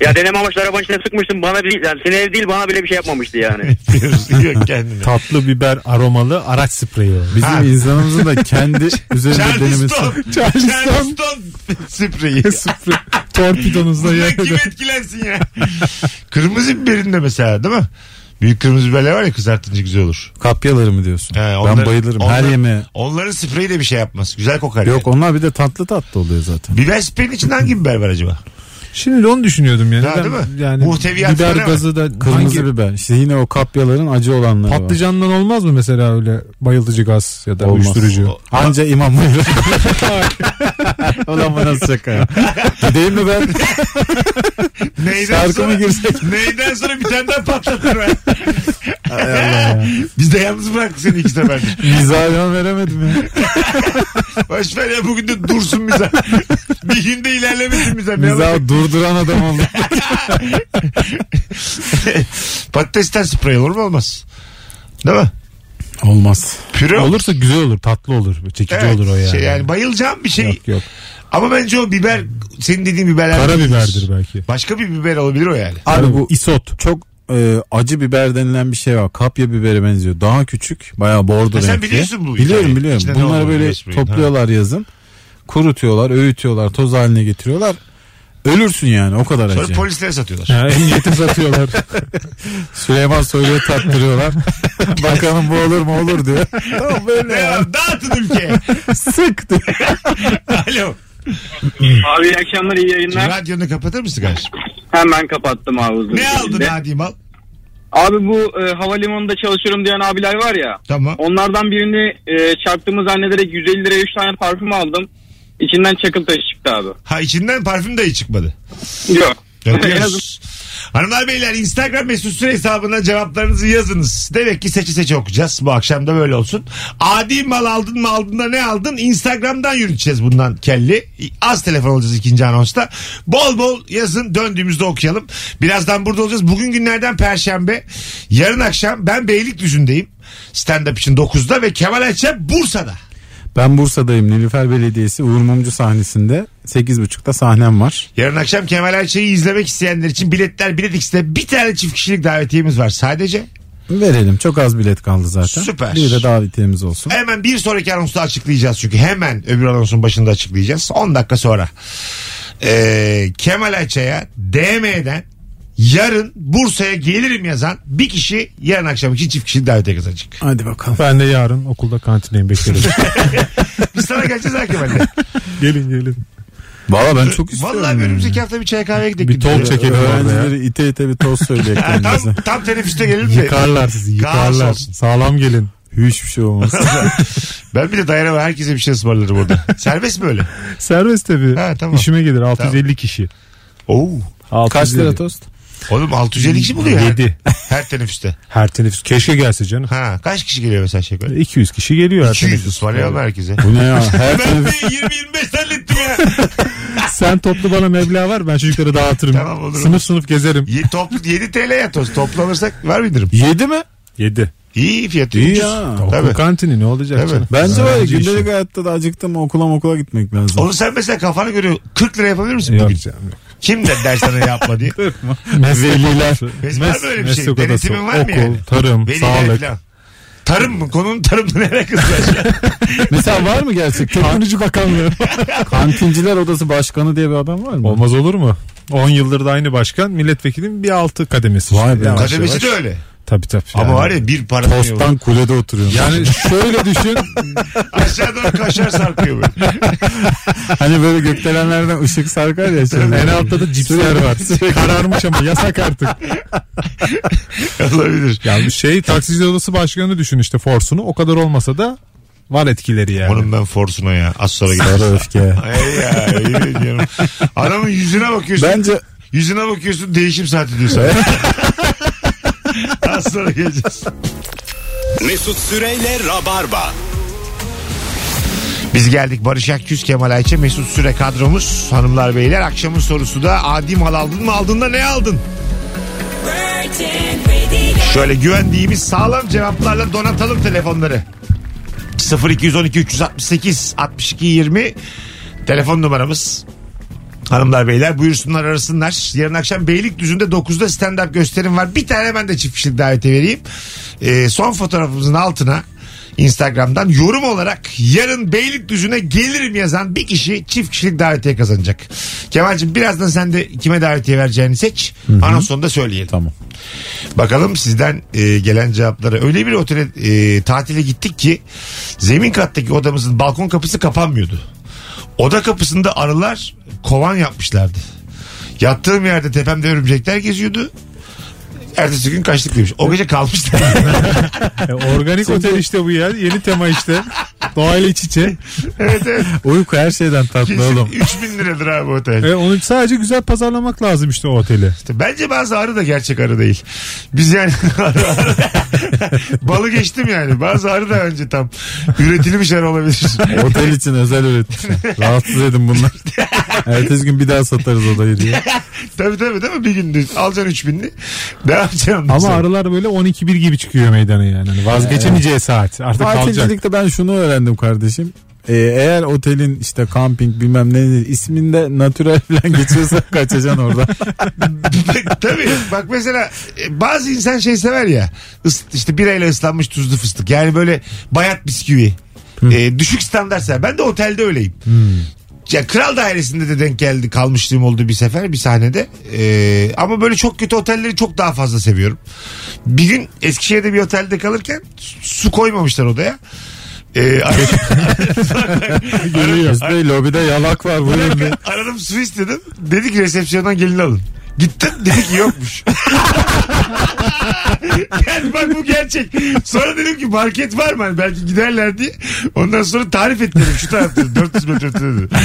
Speaker 6: ya deneme amaçlı arabanın içine sıkmıştım. Bana bile, yani sineğe değil bana bile bir şey yapmamıştı yani.
Speaker 3: Biliyoruz. Yok kendini.
Speaker 5: Tatlı biber aromalı araç spreyi o.
Speaker 4: Bizim insanımızın da kendi üzerinde denemesi.
Speaker 3: Charleston.
Speaker 5: Charleston.
Speaker 3: Charleston spreyi.
Speaker 5: Sprey. Torpidonuzla
Speaker 3: Bundan kim
Speaker 5: yerde.
Speaker 3: etkilensin ya? kırmızı biberin de mesela değil mi? Büyük kırmızı biberler var ya kızartınca güzel olur.
Speaker 4: Kapyaları mı diyorsun?
Speaker 3: He,
Speaker 4: ben
Speaker 3: onların-
Speaker 4: bayılırım. Her
Speaker 3: onların-
Speaker 4: yemeğe.
Speaker 3: Onların spreyi de bir şey yapmaz. Güzel kokar.
Speaker 4: Yok onlar bir de tatlı tatlı oluyor zaten.
Speaker 3: yani. Biber spreyin için hangi biber var acaba?
Speaker 5: Şimdi onu düşünüyordum yani.
Speaker 3: Ya,
Speaker 5: Ben
Speaker 3: değil mi?
Speaker 5: Yani
Speaker 3: Muhteviyatları
Speaker 5: biber
Speaker 3: ne var?
Speaker 5: gazı da
Speaker 4: Kırmızı
Speaker 5: hangi
Speaker 4: biber. İşte yine o kapyaların acı olanları var.
Speaker 5: patlıcandan olmaz mı mesela öyle bayıltıcı gaz ya da
Speaker 4: Olmaz.
Speaker 5: uyuşturucu?
Speaker 4: Anca imam buyuruyor. Ulan bu nasıl şaka ya? Gideyim mi ben?
Speaker 3: Neyden
Speaker 4: Şarkı
Speaker 3: sonra,
Speaker 4: mı girsek?
Speaker 3: neyden sonra bir tane daha patlatır ben. Biz de yalnız bıraktık seni iki seferdir.
Speaker 4: Mizahı veremedim ya.
Speaker 3: Boş ver ya bugün de dursun bize. bir günde ilerlemesin bize. Ne olacak?
Speaker 4: Mizahı durduran adam oldu.
Speaker 3: Patatesten sprey olur mu olmaz? Değil mi?
Speaker 4: Olmaz.
Speaker 3: Püre olur.
Speaker 4: Olursa güzel olur tatlı olur. Çekici
Speaker 3: Evet.
Speaker 4: olur o yani.
Speaker 3: Şey yani bayılacağım bir şey.
Speaker 4: Yok yok.
Speaker 3: Ama bence o biber senin dediğin biberler.
Speaker 5: Karabiberdir belki.
Speaker 3: Başka bir biber olabilir o yani.
Speaker 4: Abi bu isot. Çok e, acı biber denilen bir şey var. Kapya biberi benziyor. Daha küçük. Bayağı bordo
Speaker 3: Ha, sen
Speaker 4: renkli.
Speaker 3: biliyorsun bu
Speaker 4: Biliyorum
Speaker 3: hikayeyi.
Speaker 4: biliyorum.
Speaker 3: İçinde ne
Speaker 4: Bunları
Speaker 3: olduğunu
Speaker 4: böyle
Speaker 3: biliyorsun. Ha.
Speaker 4: topluyorlar yazın. Kurutuyorlar, öğütüyorlar, toz haline getiriyorlar. Ölürsün yani o kadar
Speaker 3: Sonra
Speaker 4: acı.
Speaker 3: polislere satıyorlar.
Speaker 5: Ha, emniyete satıyorlar.
Speaker 4: Süleyman Soylu'ya tattırıyorlar. Bakalım bu olur mu olur diyor. tamam böyle ya.
Speaker 3: Devam, Dağıtın ülkeye.
Speaker 4: Sık diyor.
Speaker 3: Alo.
Speaker 6: Abi iyi akşamlar iyi yayınlar.
Speaker 3: Radyonu kapatır mısın kardeşim?
Speaker 6: Hemen kapattım abi. hızlı bir
Speaker 3: Ne aldın
Speaker 6: şekilde.
Speaker 3: hadi mal?
Speaker 6: Abi bu e, havalimanında çalışıyorum diyen abiler var ya.
Speaker 3: Tamam.
Speaker 6: Onlardan birini e, çarptığımı zannederek 150 liraya 3 tane parfüm aldım. İçinden çakıl taşı çıktı abi.
Speaker 3: Ha içinden parfüm dahi çıkmadı.
Speaker 6: Yok.
Speaker 3: Öpüyoruz. Hanımlar beyler Instagram mesut süre hesabına cevaplarınızı yazınız. Demek ki seçi seçi okuyacağız. Bu akşam da böyle olsun. Adi mal aldın mı aldın da ne aldın? Instagram'dan yürüteceğiz bundan kelli. Az telefon alacağız ikinci anonsta. Bol bol yazın döndüğümüzde okuyalım. Birazdan burada olacağız. Bugün günlerden perşembe. Yarın akşam ben Beylikdüzü'ndeyim. Stand-up için 9'da ve Kemal Ayça Bursa'da.
Speaker 4: Ben Bursa'dayım. Nilüfer Belediyesi Uğur Mumcu sahnesinde 8.30'da sahnem var.
Speaker 3: Yarın akşam Kemal Ayça'yı izlemek isteyenler için biletler Bilet X'te bir tane çift kişilik davetiyemiz var sadece.
Speaker 4: Verelim. Çok az bilet kaldı zaten.
Speaker 3: Süper.
Speaker 4: Bir de davetiyemiz olsun.
Speaker 3: Hemen bir sonraki anonsta açıklayacağız çünkü hemen öbür anonsun başında açıklayacağız. 10 dakika sonra. Ee, Kemal Ayça'ya DM'den yarın Bursa'ya gelirim yazan bir kişi yarın akşam için çift kişilik davete kazanacak.
Speaker 4: Hadi bakalım.
Speaker 5: ben de yarın okulda kantineyim bekliyorum.
Speaker 3: Biz sana geleceğiz ha Kemal'le.
Speaker 5: gelin gelin.
Speaker 4: Valla ben çok istiyorum.
Speaker 3: Valla önümüzdeki hafta bir çay kahveye gidelim.
Speaker 5: Bir talk çek- Çekelim orada
Speaker 4: Öğrencileri ite ite bir toz söyleyecek
Speaker 3: Ha,
Speaker 4: kendimize.
Speaker 3: tam, tam teneffüste gelelim de.
Speaker 5: Yıkarlar sizi
Speaker 3: Kaos
Speaker 5: yıkarlar.
Speaker 3: olsun.
Speaker 5: Sağlam gelin.
Speaker 4: Hiçbir şey olmaz.
Speaker 3: Ben bir de dayanamam. Herkese bir şey ısmarlarım orada. Serbest mi öyle?
Speaker 5: Serbest tabii.
Speaker 3: Ha, tamam.
Speaker 5: İşime gelir 650 kişi.
Speaker 3: Oo.
Speaker 4: Kaç lira tost?
Speaker 3: Oğlum 650 kişi buluyor her,
Speaker 5: 7.
Speaker 3: her teneffüste.
Speaker 5: Her teneffüs. Keşke gelse canım.
Speaker 3: Ha, kaç kişi geliyor mesela şey böyle?
Speaker 5: 200 kişi geliyor her
Speaker 3: 200
Speaker 5: teneffüs.
Speaker 3: ısmarlayalım herkese.
Speaker 4: Bu ne ya? Her
Speaker 3: Ben
Speaker 4: tarafı-
Speaker 3: de 20-25 hallettim ya.
Speaker 5: Sen toplu bana meblağ var ben çocuklara dağıtırım.
Speaker 3: Tamam, olur,
Speaker 5: sınıf
Speaker 3: olur.
Speaker 5: sınıf gezerim.
Speaker 3: Ye, toplu, 7 TL ya toz. Toplu alırsak var mı indirim?
Speaker 4: Yedi mi?
Speaker 5: 7.
Speaker 3: İyi fiyatı.
Speaker 4: İyi
Speaker 3: ucuz.
Speaker 4: ya.
Speaker 3: Tabii.
Speaker 5: Okul kantini ne olacak
Speaker 3: Tabii.
Speaker 5: canım?
Speaker 4: Bence var ya
Speaker 5: Öğrenci işi.
Speaker 4: gündelik hayatta da acıktım okula okula gitmek lazım.
Speaker 3: Onu sen mesela kafana göre 40 lira yapabilir misin
Speaker 5: Yok
Speaker 3: bugün?
Speaker 5: canım. yok.
Speaker 3: Kim de der sana yapma diye.
Speaker 5: Meslek
Speaker 4: Veliler.
Speaker 5: odası.
Speaker 3: Mes- var mı öyle bir şey?
Speaker 5: meslek odası,
Speaker 3: Denetimin var mı
Speaker 5: okul,
Speaker 3: yani?
Speaker 5: tarım,
Speaker 3: Veliler
Speaker 5: sağlık.
Speaker 3: falan. Tarım mı? Konunun tarımla ne alakası var?
Speaker 4: Mesela var mı gerçek? Teknoloji Bakanlığı. Kantinciler Odası Başkanı diye bir adam var mı?
Speaker 5: Olmaz olur mu? 10 yıldır da aynı başkan milletvekilinin bir altı kademesi.
Speaker 4: Vay be.
Speaker 5: Yavaş
Speaker 3: Kademesi de
Speaker 5: yavaş.
Speaker 3: öyle.
Speaker 5: Tabii tabii.
Speaker 3: Ama
Speaker 5: Yani.
Speaker 3: var ya bir para dönüyor.
Speaker 4: Posttan kulede oturuyor.
Speaker 5: Yani şöyle düşün.
Speaker 3: Aşağı doğru kaşar sarkıyor böyle.
Speaker 4: hani böyle gökdelenlerden ışık sarkar ya. Şimdi.
Speaker 5: en altta da cipsler var. Kararmış ama yasak artık.
Speaker 3: Olabilir.
Speaker 5: Yani şey taksici odası başkanını düşün işte forsunu. O kadar olmasa da var etkileri yani.
Speaker 3: Onun ben forsuna ya. Az sonra
Speaker 4: Sarı
Speaker 3: gidelim.
Speaker 4: öfke.
Speaker 3: Ay ya yemin ediyorum. Adamın yüzüne bakıyorsun.
Speaker 4: Bence
Speaker 3: Yüzüne bakıyorsun değişim saati diyor sana. Az sonra geleceğiz.
Speaker 2: Mesut Süreyle Rabarba.
Speaker 3: Biz geldik Barış Akgüz, Kemal Ayça, Mesut Süre kadromuz. Hanımlar beyler akşamın sorusu da adi mal aldın mı aldın da ne aldın? Şöyle güvendiğimiz sağlam cevaplarla donatalım telefonları. 0212 368 62 20 telefon numaramız. Hanımlar beyler buyursunlar arasınlar. Yarın akşam Beylikdüzü'nde 9'da stand-up gösterim var. Bir tane ben de çift kişilik daveti vereyim. Ee, son fotoğrafımızın altına Instagram'dan yorum olarak yarın Beylikdüzü'ne gelirim yazan bir kişi çift kişilik davetiye kazanacak. Kemal'cim birazdan sen de kime davetiye vereceğini seç. Anonsunu da söyleyelim.
Speaker 4: Tamam.
Speaker 3: Bakalım sizden e, gelen cevaplara. Öyle bir otele e, tatile gittik ki zemin kattaki odamızın balkon kapısı kapanmıyordu. Oda kapısında arılar kovan yapmışlardı. Yattığım yerde tepemde örümcekler geziyordu. Ertesi gün kaçtık demiş. O gece kalmışlar.
Speaker 5: E, organik otel işte bu ya. Yeni tema işte. Doğayla iç içe.
Speaker 3: evet evet.
Speaker 4: uyku her şeyden tatlı
Speaker 3: Kesin
Speaker 4: oğlum.
Speaker 3: 3000 liradır abi otel.
Speaker 5: E, onu sadece güzel pazarlamak lazım işte o oteli.
Speaker 3: İşte bence bazı arı da gerçek arı değil. Biz yani arı, arı- balı geçtim yani. Bazı arı da önce tam üretilmiş arı olabilir.
Speaker 4: Otel için özel üretmişler. Rahatsız edin bunlar. Ertesi gün bir daha satarız odayı diye.
Speaker 3: Tabii tabii değil mi? Bir günde alacaksın 3000'li. Devam edeceğim.
Speaker 5: Ama arılar böyle 12-1 gibi çıkıyor meydana yani. Hani vazgeçemeyeceği saat. Artık kalacak.
Speaker 4: Tatilcilikte ben şunu öğrendim kardeşim. Ee, eğer otelin işte kamping bilmem ne isminde natürel falan geçiyorsa kaçacaksın orada.
Speaker 3: Tabii bak mesela e, bazı insan şey sever ya Is- işte birayla ıslanmış tuzlu fıstık yani böyle bayat bisküvi E, düşük standart sever. ben de otelde öyleyim ya kral dairesinde de denk geldi kalmışlığım oldu bir sefer bir sahnede E, ama böyle çok kötü otelleri çok daha fazla seviyorum bir gün Eskişehir'de bir otelde kalırken su- su koymamışlar odaya E,
Speaker 4: Üstelik lobide yalak var buyurun diye.
Speaker 3: Aradım su istedim. Dedi ki resepsiyondan gelin alın. Gittim dedi ki yokmuş. yani bak bu gerçek. Sonra dedim ki market var mı? Hani belki giderler diye. Ondan sonra tarif ettim şu tarafta 400 metre ötede dedi.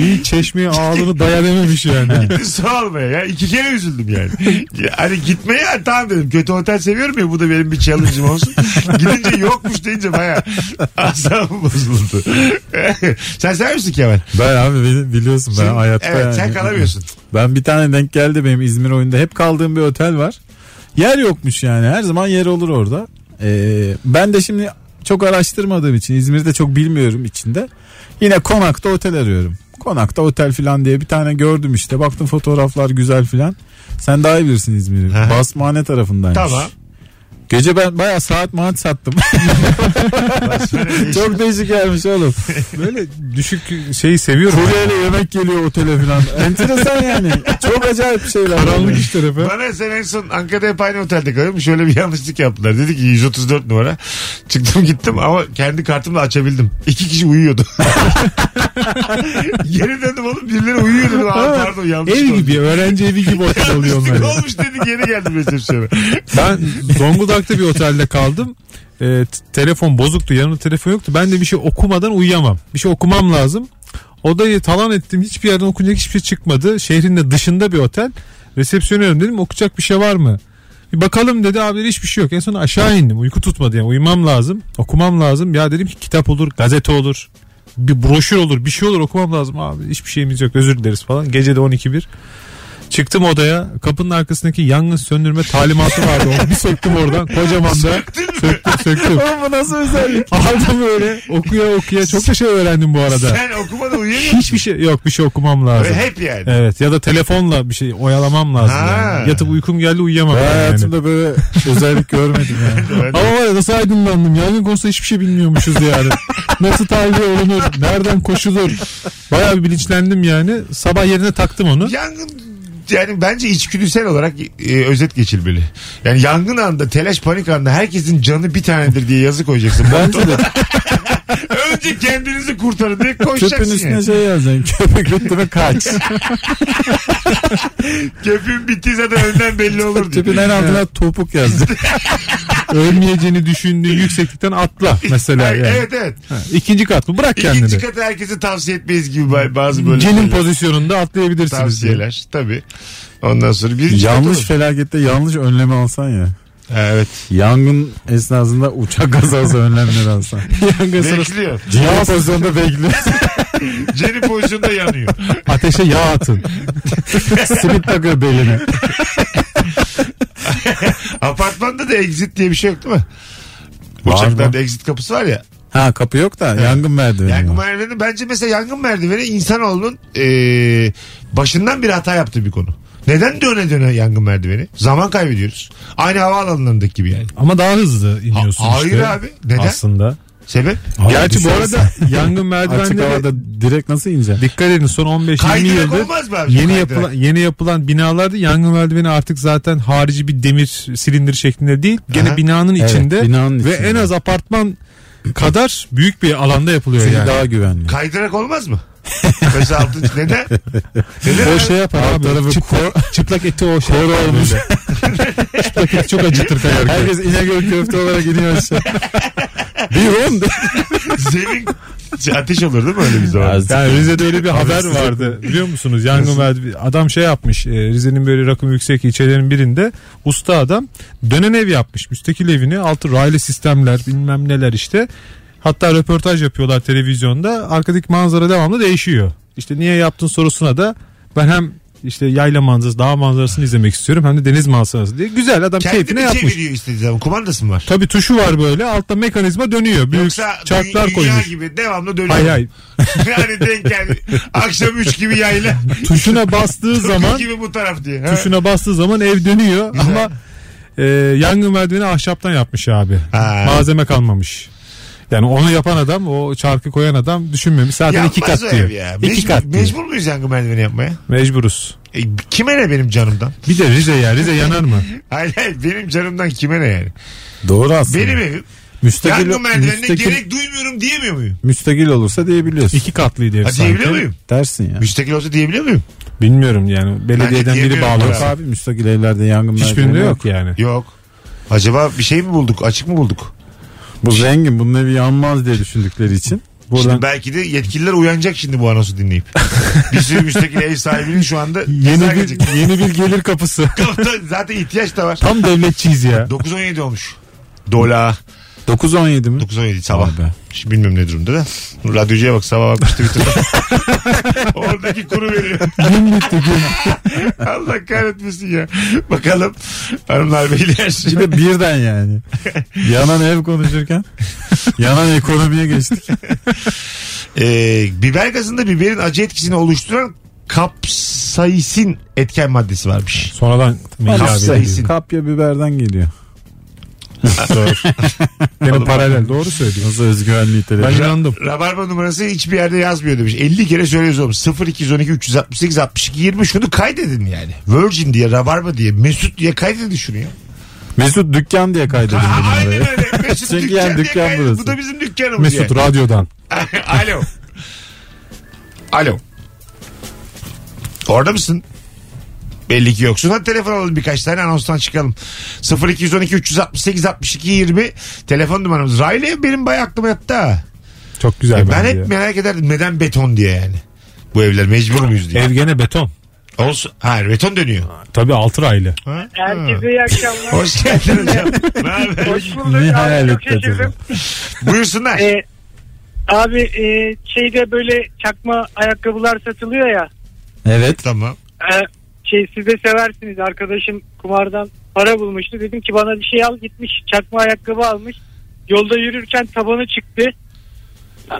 Speaker 5: İyi çeşmeye ağzını dayanamamış yani.
Speaker 3: Gittim su almaya ya. iki kere üzüldüm yani. Ya Hani gitmeye ha, tamam dedim. Kötü otel seviyorum ya bu da benim bir challenge'ım olsun. Gidince yokmuş deyince baya asabım bozuldu. Sen sever misin Kemal?
Speaker 4: Ben abi bili- biliyorsun ben
Speaker 3: Sen-
Speaker 4: hayatta
Speaker 3: evet,
Speaker 4: yani-
Speaker 3: sen kalamıyorsun.
Speaker 4: Ben bir tane denk geldi benim İzmir oyunda. Hep kaldığım bir otel var. Yer yokmuş yani. Her zaman yer olur orada. Ee, ben de şimdi çok araştırmadığım için İzmir'de çok bilmiyorum içinde. Yine konakta otel arıyorum. Konakta otel filan diye bir tane gördüm işte. Baktım fotoğraflar güzel filan. Sen daha iyi bilirsin İzmir'i.
Speaker 3: Aha.
Speaker 4: Basmane tarafındaymış.
Speaker 3: Tamam.
Speaker 4: Gece ben bayağı saat maat sattım. çok değişik gelmiş oğlum.
Speaker 5: Böyle düşük şeyi seviyorum.
Speaker 4: Kuryeyle yemek geliyor otele filan. Enteresan yani. Çok acayip şeyler.
Speaker 5: Karanlık iş tarafı.
Speaker 3: Bana sen en son Ankara'da hep aynı otelde kalıyorum. Şöyle bir yanlışlık yaptılar. Dedi ki 134 numara. Çıktım gittim ama kendi kartımla açabildim. İki kişi uyuyordu. Geri döndüm oğlum birileri uyuyor dedim. Aa, pardon yanlış
Speaker 5: Ev gibi öğrenci evi gibi otel oluyor
Speaker 3: Yanlışlık
Speaker 5: onlar.
Speaker 3: olmuş dedi geri geldim resepsiyona.
Speaker 5: Ben Zonguldak'ta bir otelde kaldım. Ee, t- telefon bozuktu. Yanımda telefon yoktu. Ben de bir şey okumadan uyuyamam. Bir şey okumam lazım. Odayı talan ettim. Hiçbir yerden okunacak hiçbir şey çıkmadı. Şehrin de dışında bir otel. Resepsiyonerim dedim okuyacak bir şey var mı? Bir bakalım dedi abi hiçbir şey yok. En son aşağı indim. Uyku tutmadı yani. Uyumam lazım. Okumam lazım. Ya dedim ki kitap olur, gazete olur. Bir broşür olur, bir şey olur okumam lazım abi. Hiçbir şeyimiz yok. Özür dileriz falan. Gece de 12.1. Çıktım odaya. Kapının arkasındaki yangın söndürme talimatı vardı. Onu bir söktüm oradan. Kocaman da. Söktüm söktüm.
Speaker 4: Oğlum bu nasıl özellik?
Speaker 5: Aldım böyle. Okuya okuya. Çok da şey öğrendim bu arada.
Speaker 3: Sen okumadan uyuyamıyorsun.
Speaker 5: Hiçbir şey yok. Bir şey okumam lazım.
Speaker 3: Hep yani.
Speaker 5: Evet ya da telefonla bir şey oyalamam lazım.
Speaker 3: Ha.
Speaker 5: yani. Yatıp uykum geldi uyuyamam.
Speaker 4: Ben
Speaker 5: yani.
Speaker 4: hayatımda böyle özellik görmedim yani.
Speaker 5: Ama var ya nasıl aydınlandım. Yangın konusunda hiçbir şey bilmiyormuşuz yani. nasıl tahliye olunur? Nereden koşulur? Bayağı bir bilinçlendim yani. Sabah yerine taktım onu.
Speaker 3: Yangın yani bence içgüdüsel olarak e, özet geçilmeli. Yani yangın anında, telaş panik anında herkesin canı bir tanedir diye yazı koyacaksın.
Speaker 4: Bence de
Speaker 3: Önce kendinizi kurtarın diye koşacaksın.
Speaker 4: çöpün üstüne
Speaker 3: yani.
Speaker 4: şey yazacaksın. Köpek bitti mi kaç.
Speaker 3: Köpüğün bittiği zaten önden belli olur diye.
Speaker 4: Çöpün en altına topuk yazacaksın.
Speaker 5: Ölmeyeceğini düşündüğün yükseklikten atla mesela
Speaker 3: Ay,
Speaker 5: yani.
Speaker 3: Evet evet.
Speaker 5: İkinci kat mı? Bırak kendini.
Speaker 3: İkinci katı herkese tavsiye etmeyiz gibi ba- bazı böyle
Speaker 5: Cenin
Speaker 3: şeyler.
Speaker 5: pozisyonunda atlayabilirsiniz.
Speaker 3: tavsiyeler. Tabii. Ondan sonra bir
Speaker 4: yanlış felakette yanlış önlemi alsan ya.
Speaker 3: Evet.
Speaker 4: Yangın esnasında uçak kazası önlemleri alsan. Yangın
Speaker 3: Bekliyor.
Speaker 4: Cihaz pozisyonda bekliyorsun.
Speaker 3: Cenin pozisyonda yanıyor.
Speaker 4: Ateşe yağ atın. Simit takıyor beline.
Speaker 3: Apartmanda da exit diye bir şey yok değil mi?
Speaker 4: Var
Speaker 3: Uçaklarda
Speaker 4: mı?
Speaker 3: exit kapısı var ya.
Speaker 4: Ha kapı yok da yangın merdiveni.
Speaker 3: Yangın
Speaker 4: var.
Speaker 3: merdiveni bence mesela yangın merdiveni insanoğlunun eee başından bir hata yaptığı bir konu. Neden döne döne yangın merdiveni? Zaman kaybediyoruz. Aynı havaalanlarındaki gibi yani.
Speaker 5: Ama daha hızlı iniyorsun
Speaker 3: Ha- hayır
Speaker 5: işte.
Speaker 3: abi. Neden?
Speaker 5: Aslında.
Speaker 3: Sebep?
Speaker 4: Abi
Speaker 5: Gerçi bu
Speaker 4: düşünsene.
Speaker 5: arada yangın
Speaker 4: Açık
Speaker 5: merdivenleri
Speaker 4: havada direkt nasıl ineceksin?
Speaker 5: dikkat edin son 15-20
Speaker 3: Kaydırak
Speaker 5: yıldır
Speaker 3: olmaz mı abi?
Speaker 5: yeni
Speaker 3: Kaydırak.
Speaker 5: yapılan yeni yapılan binalarda yangın merdiveni artık zaten harici bir demir silindir şeklinde değil. Gene
Speaker 3: Aha.
Speaker 5: binanın
Speaker 4: Evet,
Speaker 5: içinde
Speaker 4: binanın
Speaker 5: ve
Speaker 4: içinde.
Speaker 5: en az apartman kadar büyük bir alanda yapılıyor
Speaker 4: Çünkü
Speaker 5: yani.
Speaker 4: daha güvenli.
Speaker 3: Kaydırak olmaz mı? Mesela altıncı neden? Neden?
Speaker 5: O şey yapar
Speaker 4: Alt
Speaker 5: abi.
Speaker 4: tarafı
Speaker 5: çıplak, çıplak eti o şey. yapar
Speaker 4: olmuş.
Speaker 5: böyle. çıplak eti çok acıtır kayarken.
Speaker 4: Herkes İnegöl köfte olarak iniyor aşağı. bir on.
Speaker 3: Zemin şey, ateş olur değil mi öyle bir zaman?
Speaker 4: Az.
Speaker 5: Yani Rize'de öyle bir haber vardı biliyor musunuz? Yangın merdiveni adam şey yapmış e, Rize'nin böyle rakım yüksek ilçelerinin birinde usta adam dönen ev yapmış. Müstakil evini altı raylı sistemler bilmem neler işte. Hatta röportaj yapıyorlar televizyonda arkadaki manzara devamlı değişiyor. İşte niye yaptın sorusuna da ben hem
Speaker 4: işte yayla manzarası, dağ manzarasını izlemek istiyorum. Hem de deniz manzarası diye. Güzel adam keyfine
Speaker 3: Kendini
Speaker 4: yapmış.
Speaker 3: çeviriyor istediği zaman. Kumandası mı var?
Speaker 4: Tabii tuşu var böyle. Altta mekanizma dönüyor. Büyük
Speaker 3: Yoksa
Speaker 4: çarklar
Speaker 3: dünya
Speaker 4: koymuş.
Speaker 3: gibi devamlı dönüyor.
Speaker 4: Hay hay.
Speaker 3: yani denk geldi. Akşam 3 gibi yayla.
Speaker 4: Tuşuna bastığı zaman
Speaker 3: gibi bu taraf diye. Ha?
Speaker 4: tuşuna bastığı zaman ev dönüyor ama e, yangın merdiveni ahşaptan yapmış abi.
Speaker 3: Ha.
Speaker 4: Malzeme kalmamış. Yani onu yapan adam o çarkı koyan adam düşünmemiş. Zaten
Speaker 3: Yapmaz
Speaker 4: iki kat
Speaker 3: o
Speaker 4: diyor.
Speaker 3: ev Ya.
Speaker 4: İki
Speaker 3: Mecbur,
Speaker 4: kat diyor.
Speaker 3: mecbur muyuz yangın merdiveni yapmaya?
Speaker 4: Mecburuz.
Speaker 3: E, kime ne benim canımdan?
Speaker 4: Bir de Rize ya. Rize yanar mı?
Speaker 3: Hayır hayır benim canımdan kime ne yani?
Speaker 5: Doğru aslında.
Speaker 3: Benim evim.
Speaker 5: müstakil,
Speaker 3: Yangın merdivenine
Speaker 5: müstakil,
Speaker 3: gerek duymuyorum diyemiyor muyum?
Speaker 5: müstakil olursa diyebiliyorsun.
Speaker 4: İki katlıydı ev
Speaker 3: Ha,
Speaker 4: sanki.
Speaker 3: diyebiliyor muyum?
Speaker 5: Dersin ya.
Speaker 3: Müstakil olsa diyebiliyor muyum?
Speaker 4: Bilmiyorum yani. Belediyeden
Speaker 3: Bence
Speaker 4: biri
Speaker 3: diyemiyorum
Speaker 4: bağlı.
Speaker 5: Yok abi müstakil evlerde yangın
Speaker 4: Hiçbirinde
Speaker 5: merdiveni
Speaker 4: yok yani.
Speaker 3: Yok. Acaba bir şey mi bulduk? Açık mı bulduk?
Speaker 5: Bu zengin bunun evi yanmaz diye düşündükleri için. Buradan
Speaker 3: Şimdi belki de yetkililer uyanacak şimdi bu anonsu dinleyip. bir sürü müstakil ev sahibinin şu anda ceza
Speaker 4: Yeni
Speaker 3: gelecek.
Speaker 4: bir, yeni bir gelir kapısı.
Speaker 3: Zaten ihtiyaç da var.
Speaker 4: Tam devletçiyiz ya.
Speaker 3: 9.17 olmuş. Dola.
Speaker 5: 9-17 mi?
Speaker 3: 9.17 sabah.
Speaker 5: Vay be.
Speaker 3: Şimdi bilmiyorum ne durumda da. Radyocuya bak sabah bakmış Twitter'da. Oradaki kuru veriyor.
Speaker 4: Gün bitti gün.
Speaker 3: Allah kahretmesin ya. Bakalım hanımlar beyler.
Speaker 5: Bir de birden yani. Yanan ev konuşurken yanan ekonomiye geçtik.
Speaker 3: Ee, biber gazında biberin acı etkisini oluşturan kapsaisin etken maddesi varmış.
Speaker 4: Sonradan
Speaker 3: Kapsayı
Speaker 4: abi.
Speaker 3: Kapsaisin.
Speaker 5: Kapya biberden geliyor.
Speaker 4: Benim paralel doğru söylüyorsun.
Speaker 5: Nasıl özgüvenli
Speaker 4: Ben
Speaker 5: iteleri.
Speaker 4: inandım.
Speaker 3: Rabarba numarası hiçbir yerde yazmıyor demiş. 50 kere söylüyoruz oğlum. 0212 368 62 20 şunu kaydedin yani. Virgin diye, Rabarba diye, Mesut diye kaydedin şunu ya.
Speaker 5: Mesut dükkan diye kaydedin
Speaker 3: Aa,
Speaker 5: bunu
Speaker 3: aynen
Speaker 5: araya.
Speaker 3: öyle. Mesut
Speaker 5: Çünkü
Speaker 3: dükkan,
Speaker 5: yani
Speaker 3: diye
Speaker 5: dükkan
Speaker 3: kaydedin.
Speaker 5: burası.
Speaker 3: Bu da bizim dükkanımız
Speaker 4: Mesut
Speaker 3: yani.
Speaker 4: radyodan.
Speaker 3: Alo. Alo. Orada mısın? Belli ki yoksun. Hadi telefon alalım birkaç tane anonstan çıkalım. 0212 368 62 20 telefon numaramız. Raylı ev benim bayağı aklıma yattı ha.
Speaker 4: Çok güzel.
Speaker 3: E, ben
Speaker 4: bence
Speaker 3: hep
Speaker 4: ya.
Speaker 3: merak ederdim neden beton diye yani. Bu evler mecbur muyuz diye.
Speaker 4: Ev gene beton.
Speaker 3: Olsun. Hayır beton dönüyor.
Speaker 4: Tabii altı raylı.
Speaker 3: Ha?
Speaker 9: Herkese iyi akşamlar.
Speaker 3: Hoş geldin hocam. Ne haber?
Speaker 9: Hoş bulduk.
Speaker 5: Ne
Speaker 9: Abi,
Speaker 5: hayal
Speaker 9: çok
Speaker 5: etti acaba?
Speaker 9: şaşırdım.
Speaker 3: Buyursunlar.
Speaker 9: Ee, abi e, şeyde böyle çakma ayakkabılar satılıyor ya.
Speaker 5: Evet.
Speaker 3: Tamam.
Speaker 9: E, şey siz de seversiniz. Arkadaşım kumardan para bulmuştu. Dedim ki bana bir şey al gitmiş. Çakma ayakkabı almış. Yolda yürürken tabanı çıktı.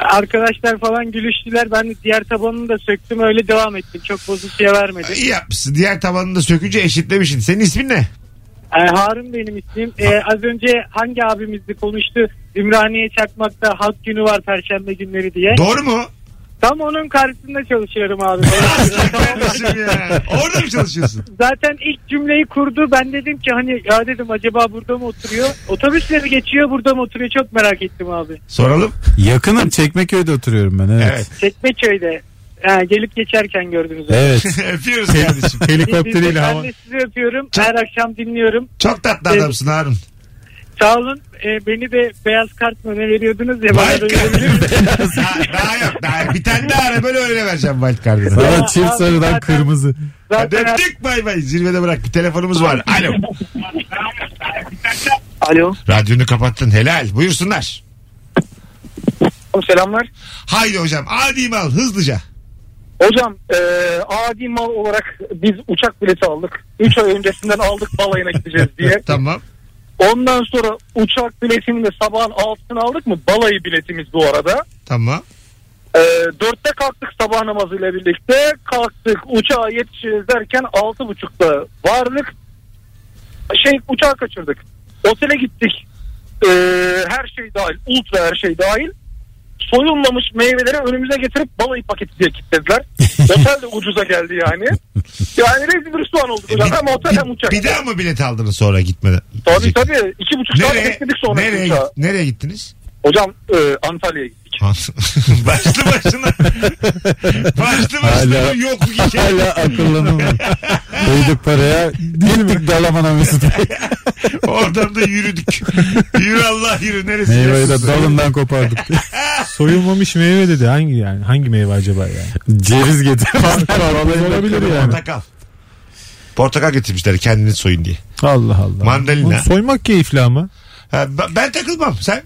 Speaker 9: Arkadaşlar falan gülüştüler. Ben de diğer tabanını da söktüm. Öyle devam ettim. Çok bozuntuya vermedim.
Speaker 3: İyi yapmışsın. Diğer tabanını da sökünce eşitlemişsin. Senin ismin ne?
Speaker 9: E, Harun benim ismim. E, az önce hangi abimizle konuştu? Ümraniye Çakmak'ta halk günü var perşembe günleri diye.
Speaker 3: Doğru mu?
Speaker 9: Tam onun karşısında çalışıyorum abi.
Speaker 3: Kardeşim ya. Orada mı çalışıyorsun?
Speaker 9: Zaten ilk cümleyi kurdu. Ben dedim ki hani ya dedim acaba burada mı oturuyor? Otobüsleri geçiyor burada mı oturuyor? Çok merak ettim abi.
Speaker 3: Soralım.
Speaker 5: Yakınım Çekmeköy'de oturuyorum ben
Speaker 3: Evet.
Speaker 5: evet.
Speaker 9: Çekmeköy'de. Ha, gelip geçerken gördünüz. onu.
Speaker 5: Evet.
Speaker 3: Öpüyoruz kardeşim.
Speaker 9: Siz de-
Speaker 4: Helikopteriyle
Speaker 9: Ben
Speaker 4: hava.
Speaker 9: de sizi öpüyorum. Her akşam dinliyorum.
Speaker 3: Çok tatlı adamsın Harun.
Speaker 9: Sağ olun. E, beni de beyaz kart mı ne veriyordunuz
Speaker 10: E,
Speaker 9: ya. Bana
Speaker 3: Vay
Speaker 9: da verebilir misiniz?
Speaker 3: daha, daha yok. Daha yok. Bir tane daha ara böyle öyle vereceğim Wild Card'ını.
Speaker 5: Sana
Speaker 9: Ya
Speaker 5: çift
Speaker 9: abi
Speaker 5: sarıdan
Speaker 9: zaten-
Speaker 5: kırmızı.
Speaker 3: Hadi
Speaker 9: Zaten
Speaker 3: öptük bay bay. Zirvede bırak. Bir telefonumuz var. Alo.
Speaker 10: Alo.
Speaker 3: Radyonu kapattın. Helal. Buyursunlar.
Speaker 10: Selamlar.
Speaker 3: Haydi hocam. Adi mal hızlıca.
Speaker 10: Hocam e, adi mal olarak biz uçak bileti aldık. 3 ay öncesinden aldık balayına gideceğiz diye.
Speaker 3: Tamam.
Speaker 10: Ondan sonra uçak biletini de sabahın altına aldık mı? Balayı biletimiz bu arada.
Speaker 3: Tamam.
Speaker 10: E, dörtte kalktık sabah namazıyla birlikte. Kalktık uçağa yetişiriz derken altı buçukta vardık. Şey uçağı kaçırdık. Otele gittik. E, her şey dahil. Ultra her şey dahil. Soyulmamış meyveleri önümüze getirip balayı paketi diye kilitlediler. Otel de ucuza geldi yani. Yani rezil bir soğan olduk. hocam. hem otel hem uçak.
Speaker 3: bir daha mı bilet aldınız sonra gitmeden?
Speaker 10: Tabii tabii. iki buçuk saat
Speaker 3: Nereye,
Speaker 10: bekledik sonra
Speaker 3: nereye,
Speaker 10: uçağı.
Speaker 3: nereye gittiniz?
Speaker 10: Hocam e, Antalya'ya gittik.
Speaker 3: başlı başına. başlı başına
Speaker 5: Hala-
Speaker 3: yok gibi.
Speaker 5: Hala akıllanamadım. Koyduk paraya. Gittik dalamana Mesut Bey.
Speaker 3: Oradan da yürüdük. yürü Allah yürü. Neresi?
Speaker 5: Meyveyi de
Speaker 3: neresi?
Speaker 5: dalından kopardık.
Speaker 4: Soyulmamış meyve dedi. Hangi yani? Hangi meyve acaba yani?
Speaker 5: Ceviz getirmiş. olabilir yani.
Speaker 3: Portakal. Portakal getirmişler kendini soyun diye.
Speaker 4: Allah Allah.
Speaker 3: Mandalina.
Speaker 4: Oğlum Soymak keyifli ama.
Speaker 3: Ha, b- ben takılmam sen.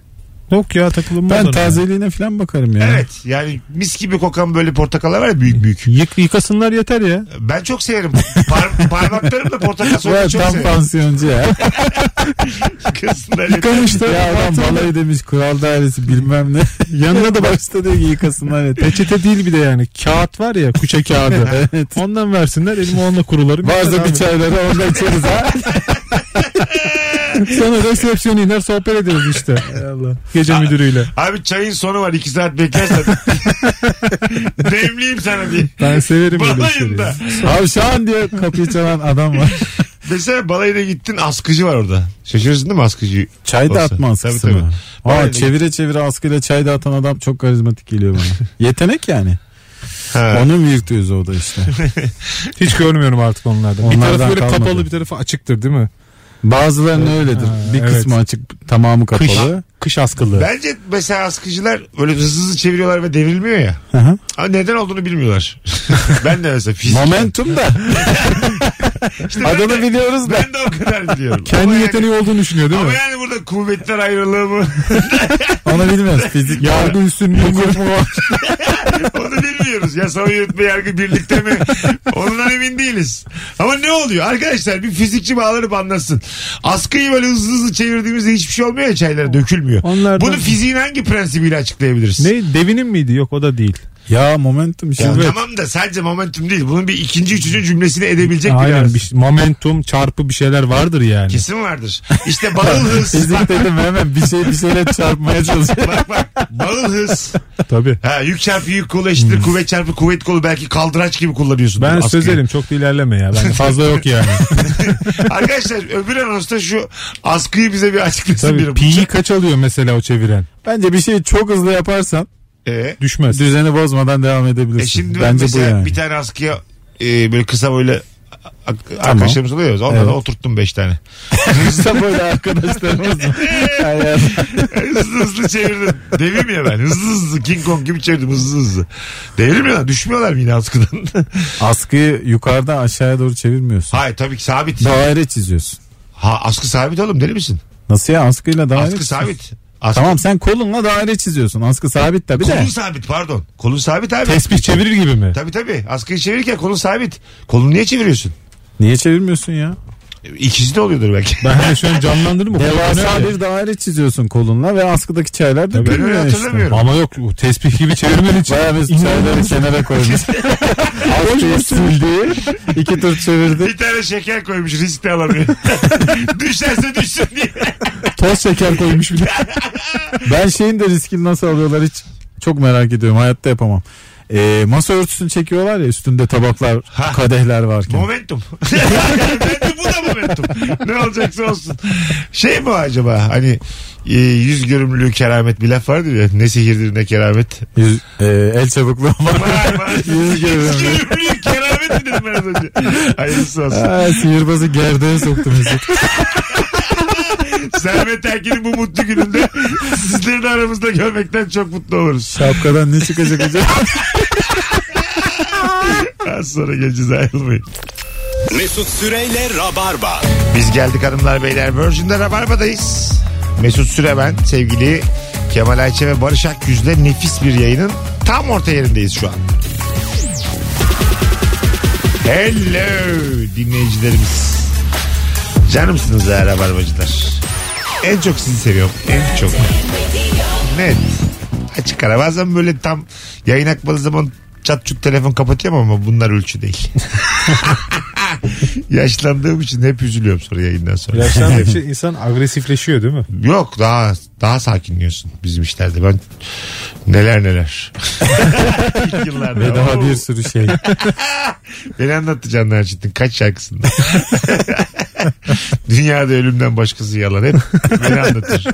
Speaker 5: Yok ya takılınmaz
Speaker 4: Ben
Speaker 5: ona.
Speaker 4: tazeliğine falan bakarım ya.
Speaker 3: Evet yani mis gibi kokan böyle portakallar var ya büyük büyük.
Speaker 5: Yık, yıkasınlar yeter ya.
Speaker 3: Ben çok severim. Par- parmaklarımla portakal
Speaker 4: Bu adam
Speaker 3: soymayı çok
Speaker 4: tam
Speaker 3: severim.
Speaker 4: pansiyoncu ya.
Speaker 3: Kızlar
Speaker 4: Yıkamışlar. ya adam balayı demiş kural dairesi bilmem ne. Yanına da başta diyor ki yıkasınlar yeter.
Speaker 5: Peçete değil bir de yani. Kağıt var ya kuşa kağıdı.
Speaker 4: evet.
Speaker 5: Ondan versinler elimi onunla kurularım.
Speaker 4: Varsa
Speaker 5: Yeter
Speaker 4: bir
Speaker 5: abi.
Speaker 4: çayları orada içeriz ha.
Speaker 5: Sonra resepsiyona iner sohbet ederiz işte. Gece müdürüyle.
Speaker 3: Abi çayın sonu var 2 saat beklersen. Demleyeyim sana diye.
Speaker 5: Ben severim böyle işleri.
Speaker 3: Balayında.
Speaker 4: Tavşan diyor kapıyı çalan adam var.
Speaker 3: Mesela balayına gittin askıcı var orada. Şaşırırsın değil mi askıcıyı?
Speaker 4: Çay da
Speaker 3: Olsa.
Speaker 4: atma askısı
Speaker 3: Tabii, tabii.
Speaker 4: mı?
Speaker 3: Bayağı
Speaker 4: Aa,
Speaker 3: da-
Speaker 4: çevire çevire askıyla çay da atan adam çok karizmatik geliyor bana. Yetenek yani.
Speaker 3: Ha.
Speaker 4: Onun virtüözü o da işte.
Speaker 5: Hiç görmüyorum artık onlardan. bir
Speaker 4: Onlardan
Speaker 5: tarafı böyle
Speaker 4: kalmadı.
Speaker 5: kapalı bir tarafı açıktır değil mi?
Speaker 4: Bazılarının öyledir.
Speaker 5: Ha,
Speaker 4: bir
Speaker 5: evet.
Speaker 4: kısmı açık tamamı
Speaker 5: Kış,
Speaker 4: kapalı.
Speaker 5: kış askılı.
Speaker 3: Bence mesela askıcılar böyle hızlı hızlı çeviriyorlar ve devrilmiyor ya.
Speaker 4: Hı hı.
Speaker 3: Ama neden olduğunu bilmiyorlar. ben de mesela fizik.
Speaker 4: Momentum da.
Speaker 3: İşte ben
Speaker 4: Adını
Speaker 3: de-
Speaker 4: biliyoruz da.
Speaker 3: Ben de o kadar biliyorum.
Speaker 5: Kendi
Speaker 3: Ama
Speaker 5: yeteneği olduğunu düşünüyor değil
Speaker 3: Yani, ama
Speaker 5: mi?
Speaker 3: yani burada kuvvetler ayrılığı mı?
Speaker 4: Onu bilmiyoruz. Fizik
Speaker 5: Yargı üstünlüğü mu var?
Speaker 3: Onu bilmiyoruz. Yasama yürütme yargı birlikte mi? Ondan emin değiliz. Ama ne oluyor? Arkadaşlar bir fizikçi bağlanıp anlatsın. Askıyı böyle hızlı hızlı çevirdiğimizde hiçbir şey olmuyor ya çaylara dökülmüyor.
Speaker 5: Onlardan-
Speaker 3: Bunu fiziğin hangi prensibiyle açıklayabiliriz?
Speaker 5: Ne devinim miydi? Yok o da değil.
Speaker 4: Ya momentum işte.
Speaker 3: Ya Tamam da sadece momentum değil. Bunun bir ikinci, üçüncü cümlesini edebilecek bir
Speaker 5: Aynen
Speaker 3: arası.
Speaker 5: bir şey- momentum çarpı bir şeyler vardır yani.
Speaker 3: Kesin vardır. İşte bağıl hız.
Speaker 4: Fizik dedim hemen bir şey bir şeyle çarpmaya çalışıyor.
Speaker 3: bak bak. Bağıl hız.
Speaker 5: Tabii.
Speaker 3: Ha, yük çarpı yük kolu eşittir. Kuvvet çarpı kuvvet kolu belki kaldıraç gibi kullanıyorsun.
Speaker 5: Hmm. Ben
Speaker 3: Askıyı.
Speaker 5: sözelim çok da ilerleme ya. Ben fazla yok yani.
Speaker 3: Arkadaşlar öbür anonsta şu askıyı bize bir açıklasın
Speaker 5: Tabii
Speaker 3: biri.
Speaker 5: pi'yi kaç alıyor mesela o çeviren?
Speaker 4: Bence bir şeyi çok hızlı yaparsan
Speaker 3: Ee,
Speaker 5: Düşmez.
Speaker 4: düzeni bozmadan devam
Speaker 3: e
Speaker 4: edebilirsin.
Speaker 3: şimdi ben
Speaker 4: Bence bu
Speaker 3: mesela
Speaker 4: yani.
Speaker 3: bir tane askıya e, böyle kısa böyle ak- arkadaşlarımız oluyor ya. Onlara
Speaker 4: Evet.
Speaker 3: oturttum beş tane.
Speaker 4: Kısa böyle arkadaşlarımız mı? Hayır.
Speaker 3: hızlı hızlı çevirdim. Devim ya ben. Hızlı hızlı. King Kong gibi çevirdim hızlı hızlı. Devrilmiyorlar. Düşmüyorlar mı yine askıdan?
Speaker 4: Askıyı yukarıdan aşağıya doğru çevirmiyorsun.
Speaker 3: Hayır tabii ki sabit.
Speaker 4: Daire çiziyorsun.
Speaker 3: Ha askı sabit oğlum deli misin?
Speaker 4: Nasıl ya askıyla daire
Speaker 3: Askı
Speaker 4: çiziyorsun.
Speaker 3: sabit. Askı.
Speaker 4: Tamam sen kolunla daire çiziyorsun. Askı sabit tabi
Speaker 3: Kolun
Speaker 4: de.
Speaker 3: sabit pardon. Kolun sabit abi.
Speaker 5: Tespih çevirir gibi mi?
Speaker 3: Tabii tabii. Askıyı çevirirken kolun sabit. Kolunu niye çeviriyorsun?
Speaker 4: Niye çevirmiyorsun ya?
Speaker 3: İkisi de oluyordur belki.
Speaker 5: Ben hani şu an canlandırdım. mı?
Speaker 4: Devasa bir daire çiziyorsun kolunla ve askıdaki çaylar
Speaker 3: Ben öyle
Speaker 4: dökülmüyor işte.
Speaker 3: hatırlamıyorum.
Speaker 5: Ama yok bu tespih gibi çevirmen için.
Speaker 4: Bayağı biz çayları kenara koymuş. Askıyı sildi. iki tur çevirdi.
Speaker 3: Bir tane şeker koymuş risk de alamıyor. Düşerse düşsün diye.
Speaker 4: Toz şeker koymuş bir de. ben şeyin de riskini nasıl alıyorlar hiç çok merak ediyorum. Hayatta yapamam. Ee, masa örtüsünü çekiyorlar ya üstünde tabaklar,
Speaker 3: Ha.
Speaker 4: kadehler varken.
Speaker 3: Momentum. Bence bu da momentum. Ne olacaksa olsun. Şey mi acaba hani e, yüz görümlülüğü keramet bir laf vardır ya. Ne sihirdir ne keramet.
Speaker 4: Yüz- e, el çabukluğu var.
Speaker 3: Var, var.
Speaker 4: Yüz görümlülüğü.
Speaker 3: görümlülüğü keramet mi dedim ben az önce. Hayırlısı olsun.
Speaker 4: Aa, sihirbazı gerdeğe soktu Mesut.
Speaker 3: Servet Erkin'in bu mutlu gününde sizleri de aramızda görmekten çok mutlu oluruz.
Speaker 4: Şapkadan ne çıkacak acaba?
Speaker 3: Az sonra geleceğiz ayrılmayın.
Speaker 2: Mesut Süreyle Rabarba.
Speaker 3: Biz geldik hanımlar beyler. Virgin'de Rabarba'dayız. Mesut Süre ben. Sevgili Kemal Ayçe ve Barış Akgüz'le nefis bir yayının tam orta yerindeyiz şu an. Hello dinleyicilerimiz. Canımsınız ha Rabarbacılar. En çok sizi seviyorum. En çok. Net. Açık ara. Bazen böyle tam yayın akmadığı zaman çat çut telefon kapatıyorum ama bunlar ölçü değil. Yaşlandığım için hep üzülüyorum sonra yayından sonra.
Speaker 5: Yaşlandıkça insan agresifleşiyor değil mi?
Speaker 3: Yok daha daha sakinliyorsun bizim işlerde. Ben neler neler. İlk yıllarda.
Speaker 4: Ve
Speaker 3: Oo,
Speaker 4: daha bir sürü şey.
Speaker 3: Beni anlattı Candan Erçetin kaç şarkısında. Dünyada ölümden başkası yalan hep beni anlatır.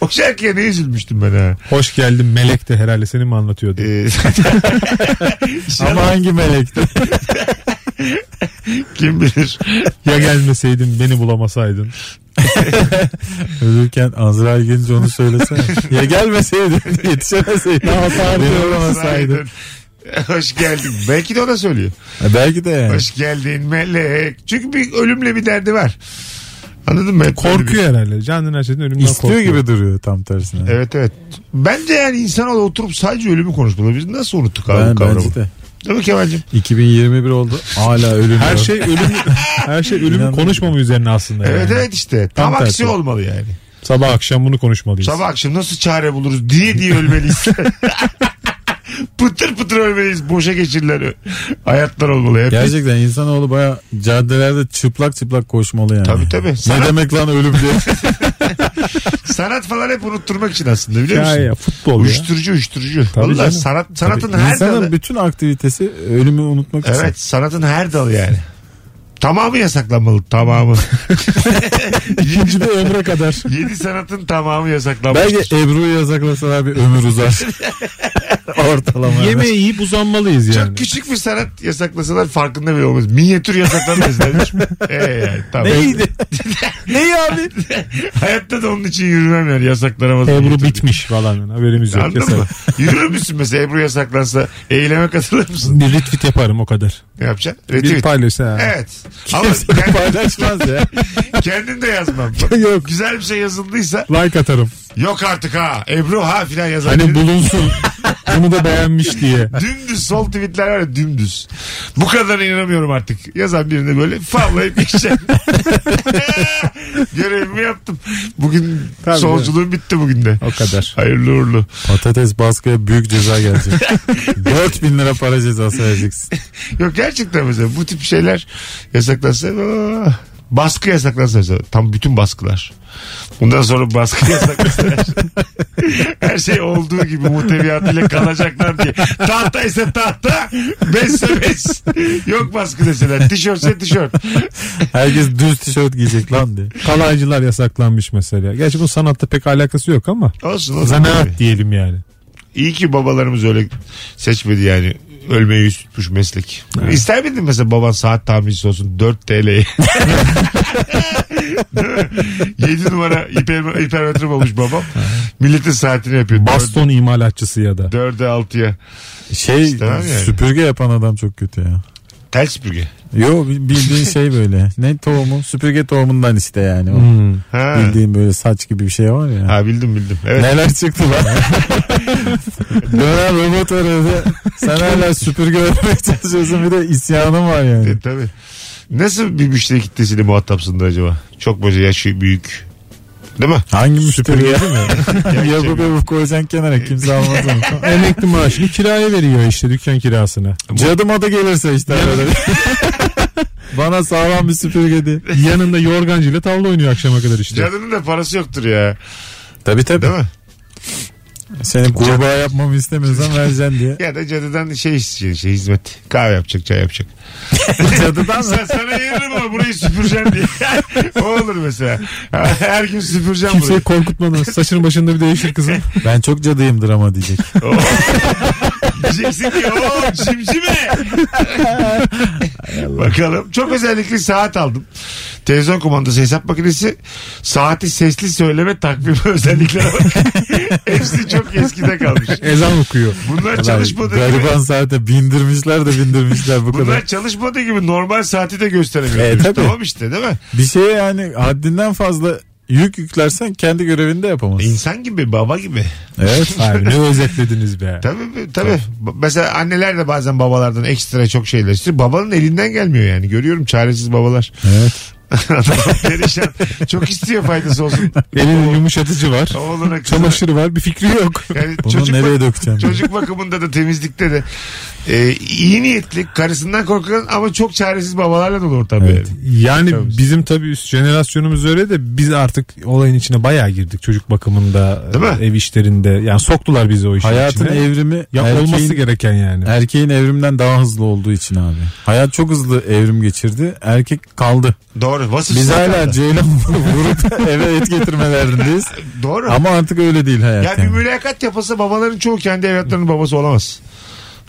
Speaker 3: o şarkıya ne üzülmüştüm ben ha.
Speaker 5: Hoş geldin melek de herhalde seni mi anlatıyordu?
Speaker 3: Ee, şey-
Speaker 4: Ama hangi melekti?
Speaker 3: kim bilir.
Speaker 5: Ya gelmeseydin beni bulamasaydın.
Speaker 4: Ölürken Azrail gelince onu söylesene. ya gelmeseydin yetişemeseydin. Ya hata
Speaker 3: Saydın. Hoş geldin. Belki de o da söylüyor.
Speaker 4: Belki de yani.
Speaker 3: Hoş geldin melek. Çünkü bir ölümle bir derdi var. Anladın mı? Hep böyle bir-
Speaker 5: Korkuyor herhalde. Canan Erçetin ölümden
Speaker 4: İstiyor
Speaker 5: korkuyor.
Speaker 4: gibi duruyor tam tersine.
Speaker 3: Evet evet. Bence yani insanoğlu oturup sadece ölümü konuşmalı. Biz nasıl unuttuk abi bu
Speaker 4: Ben,
Speaker 3: kavramı?
Speaker 4: bence de.
Speaker 3: Değil mi Kemal'cim?
Speaker 4: 2021 oldu. Hala ölüm.
Speaker 5: Her
Speaker 4: yok.
Speaker 5: şey ölüm her şey ölümü
Speaker 4: İnanmıyorum.
Speaker 5: konuşmama üzerine aslında. yani.
Speaker 3: Evet evet işte. Tam,
Speaker 5: Tam
Speaker 3: aksi
Speaker 5: tersi.
Speaker 3: olmalı yani.
Speaker 5: Sabah akşam bunu konuşmalıyız.
Speaker 3: Sabah akşam nasıl çare buluruz diye diye ölmeliyiz. pıtır pıtır ölmeliyiz. Boşa geçirler. ö- Hayatlar olmalı. Hep.
Speaker 4: Gerçekten insanoğlu baya caddelerde çıplak çıplak koşmalı yani.
Speaker 3: Tabii tabii.
Speaker 4: Ne
Speaker 3: Sanat,
Speaker 4: demek lan ölüm diye.
Speaker 3: sanat falan hep unutturmak için aslında biliyor musun?
Speaker 5: Ya, ya, futbol ya.
Speaker 3: Uyuşturucu uyuşturucu.
Speaker 5: Tabii
Speaker 3: Vallahi
Speaker 5: canım.
Speaker 3: sanat, sanatın
Speaker 4: Tabii,
Speaker 3: her
Speaker 4: İnsanın
Speaker 3: dalı.
Speaker 4: bütün aktivitesi ölümü unutmak için.
Speaker 3: Evet sanatın her dalı yani. Tamamı yasaklanmalı tamamı.
Speaker 4: İkinci de ömre kadar.
Speaker 3: Yedi sanatın tamamı yasaklanmalı.
Speaker 4: Belki Ebru'yu yasaklasalar bir ömür uzar. Ortalama.
Speaker 5: Yemeği yiyip uzanmalıyız yani.
Speaker 3: Çok küçük bir sanat yasaklasalar farkında bile olmaz. Minyatür yasaklanmaz demiş. Ee, yani, tamam.
Speaker 4: Neydi? Neyi abi?
Speaker 3: Hayatta da onun için yürümem yani yasaklanamaz.
Speaker 5: Ebru
Speaker 3: minyatür diye.
Speaker 5: bitmiş falan haberimiz yok.
Speaker 3: Anladın mı? Yürür müsün mesela Ebru yasaklansa? Eyleme katılır mısın?
Speaker 5: Bir retweet yaparım o kadar.
Speaker 3: Ne yapacaksın?
Speaker 5: Bir
Speaker 3: Retweet.
Speaker 5: paylaşsa.
Speaker 3: Evet. Ama
Speaker 4: Kimse paylaşmaz ya.
Speaker 3: kend- kendim de yazmam.
Speaker 4: Yok.
Speaker 3: Güzel bir şey yazıldıysa
Speaker 5: Like atarım.
Speaker 3: yok artık ha Ebru ha filan yazar.
Speaker 5: Hani bulunsun. Bunu da beğenmiş diye.
Speaker 3: Dümdüz sol tweetler var ya dümdüz. Bu kadar inanamıyorum artık. Yazan birine böyle favlayıp geçeceğim. Görevimi yaptım. Bugün
Speaker 5: Tabii
Speaker 3: solculuğum bitti bugün de.
Speaker 5: O kadar.
Speaker 3: Hayırlı uğurlu.
Speaker 4: Patates baskıya büyük ceza gelecek. 4000 lira para cezası vereceksin.
Speaker 3: Yok gerçekten mesela bu tip şeyler yasaklansa aa, baskı yasaklansa mesela. Tam bütün baskılar. Bundan sonra baskı yasaklansa her şey- her şey olduğu gibi muhteviyatıyla kalacaklar diye. Tahta ise tahta, bezse bez. Yok baskı deseler. Tişörtse tişört.
Speaker 4: Herkes düz tişört giyecek lan diye.
Speaker 5: Kalaycılar yasaklanmış mesela. Gerçi bu sanatta pek alakası yok ama.
Speaker 3: Olsun olsun.
Speaker 5: Zanaat diyelim yani.
Speaker 3: İyi ki babalarımız öyle seçmedi yani. Ölmeyi yüz tutmuş meslek. İster miydin mesela baban saat tamircisi olsun 4 TL'ye? 7 numara hiper, hipermetre olmuş babam. Milletin saatini yapıyor.
Speaker 5: Baston imalatçısı ya da.
Speaker 3: 4'e 6'ya.
Speaker 4: Şey
Speaker 3: İşte abi yani.
Speaker 4: süpürge yapan adam çok kötü ya.
Speaker 3: Tel süpürge.
Speaker 4: Yo bi- bildiğin şey böyle. Ne tohumu? Süpürge tohumundan işte yani. O
Speaker 5: Hmm.
Speaker 3: Ha.
Speaker 4: Bildiğin böyle saç gibi bir şey var ya.
Speaker 3: Ha bildim bildim. Evet.
Speaker 4: Neler çıktı lan? Döner robot aradı. Sen hala süpürge öğrenmeye çalışıyorsun bir de isyanın var yani.
Speaker 3: E, tabii. Nasıl bir müşteri kitlesiyle muhatapsındır acaba? Çok böyle yaşı büyük. Değil mi?
Speaker 4: Hangi süpürge değil mi?
Speaker 3: Gerçek.
Speaker 4: yapıp yapıp koyacaksın kenara kimse almaz onu.
Speaker 5: Emekli maaşını kiraya veriyor işte dükkan kirasına.
Speaker 4: Cadım adı gelirse işte arada. Bana sağlam bir süpürge değil.
Speaker 5: Yanında yorgancıyla tavla oynuyor akşama kadar işte.
Speaker 3: Canının da parası yoktur ya.
Speaker 4: Tabii tabii.
Speaker 3: Değil mi?
Speaker 4: Senin kurbağa yapmamı istemiyorsan vereceksin diye.
Speaker 3: Ya da cadıdan şey isteyecek şey hizmet. Kahve yapacak, çay yapacak.
Speaker 4: Cadıdan mı?
Speaker 3: Sen, sana yeririm ama burayı süpüreceğim diye. o olur mesela. Her gün süpüreceğim
Speaker 5: Kimseyi korkutmadan saçının başında bir değişir kızım.
Speaker 4: Ben çok cadıyımdır ama diyecek.
Speaker 3: burayı. Oo. Diyeceksin ki ooo cimcime. Bakalım. Çok özellikli saat aldım. Televizyon kumandası hesap makinesi. Saati sesli söyleme takvimi özelliklere bak. Hepsi çok eskide kalmış.
Speaker 5: Ezan okuyor.
Speaker 3: Bunlar çalışmadığı gibi.
Speaker 4: Gariban saate bindirmişler de bindirmişler bu kadar.
Speaker 3: Bunlar çalışmadığı gibi normal saati de gösteremiyor.
Speaker 4: E,
Speaker 3: demiş.
Speaker 4: tabii.
Speaker 3: Tamam işte değil mi?
Speaker 4: Bir şeye yani haddinden fazla yük yüklersen kendi görevini de yapamazsın.
Speaker 3: İnsan gibi, baba gibi.
Speaker 4: Evet.
Speaker 5: Abi ne özetlediniz be.
Speaker 3: Tabii tabii. Ba- Mesela anneler de bazen babalardan ekstra çok şeyler istiyor. Babanın elinden gelmiyor yani. Görüyorum çaresiz babalar.
Speaker 4: Evet.
Speaker 3: Adam perişan. çok istiyor faydası olsun.
Speaker 5: Elinin yumuşatıcı var.
Speaker 3: Oğluna kızına.
Speaker 5: Çamaşırı var bir fikri yok.
Speaker 3: Yani
Speaker 4: Bunu
Speaker 3: çocuk,
Speaker 4: nereye dökeceğim?
Speaker 3: çocuk bakımında da temizlikte de e, iyi niyetli karısından korkan ama çok çaresiz babalarla dolu ortam.
Speaker 4: Evet.
Speaker 3: yani.
Speaker 5: Yani bizim tabii üst jenerasyonumuz öyle de biz artık olayın içine bayağı girdik çocuk bakımında,
Speaker 3: Değil mi?
Speaker 5: ev işlerinde. Yani soktular bizi o işin
Speaker 4: Hayatın
Speaker 5: içine.
Speaker 4: evrimi
Speaker 5: ya
Speaker 4: erkeğin,
Speaker 5: olması gereken yani.
Speaker 4: erkeğin evrimden daha hızlı olduğu için abi. Hayat çok hızlı evrim geçirdi. Erkek kaldı.
Speaker 3: Doğru. Vasıfsız
Speaker 4: Biz
Speaker 3: kaldı.
Speaker 4: hala ceylan vurup eve et getirmelerindeyiz.
Speaker 3: Doğru.
Speaker 4: Ama artık öyle değil hayat.
Speaker 3: ya bir
Speaker 4: yani.
Speaker 3: mülakat yapılsa babaların çoğu kendi evlatlarının babası olamaz.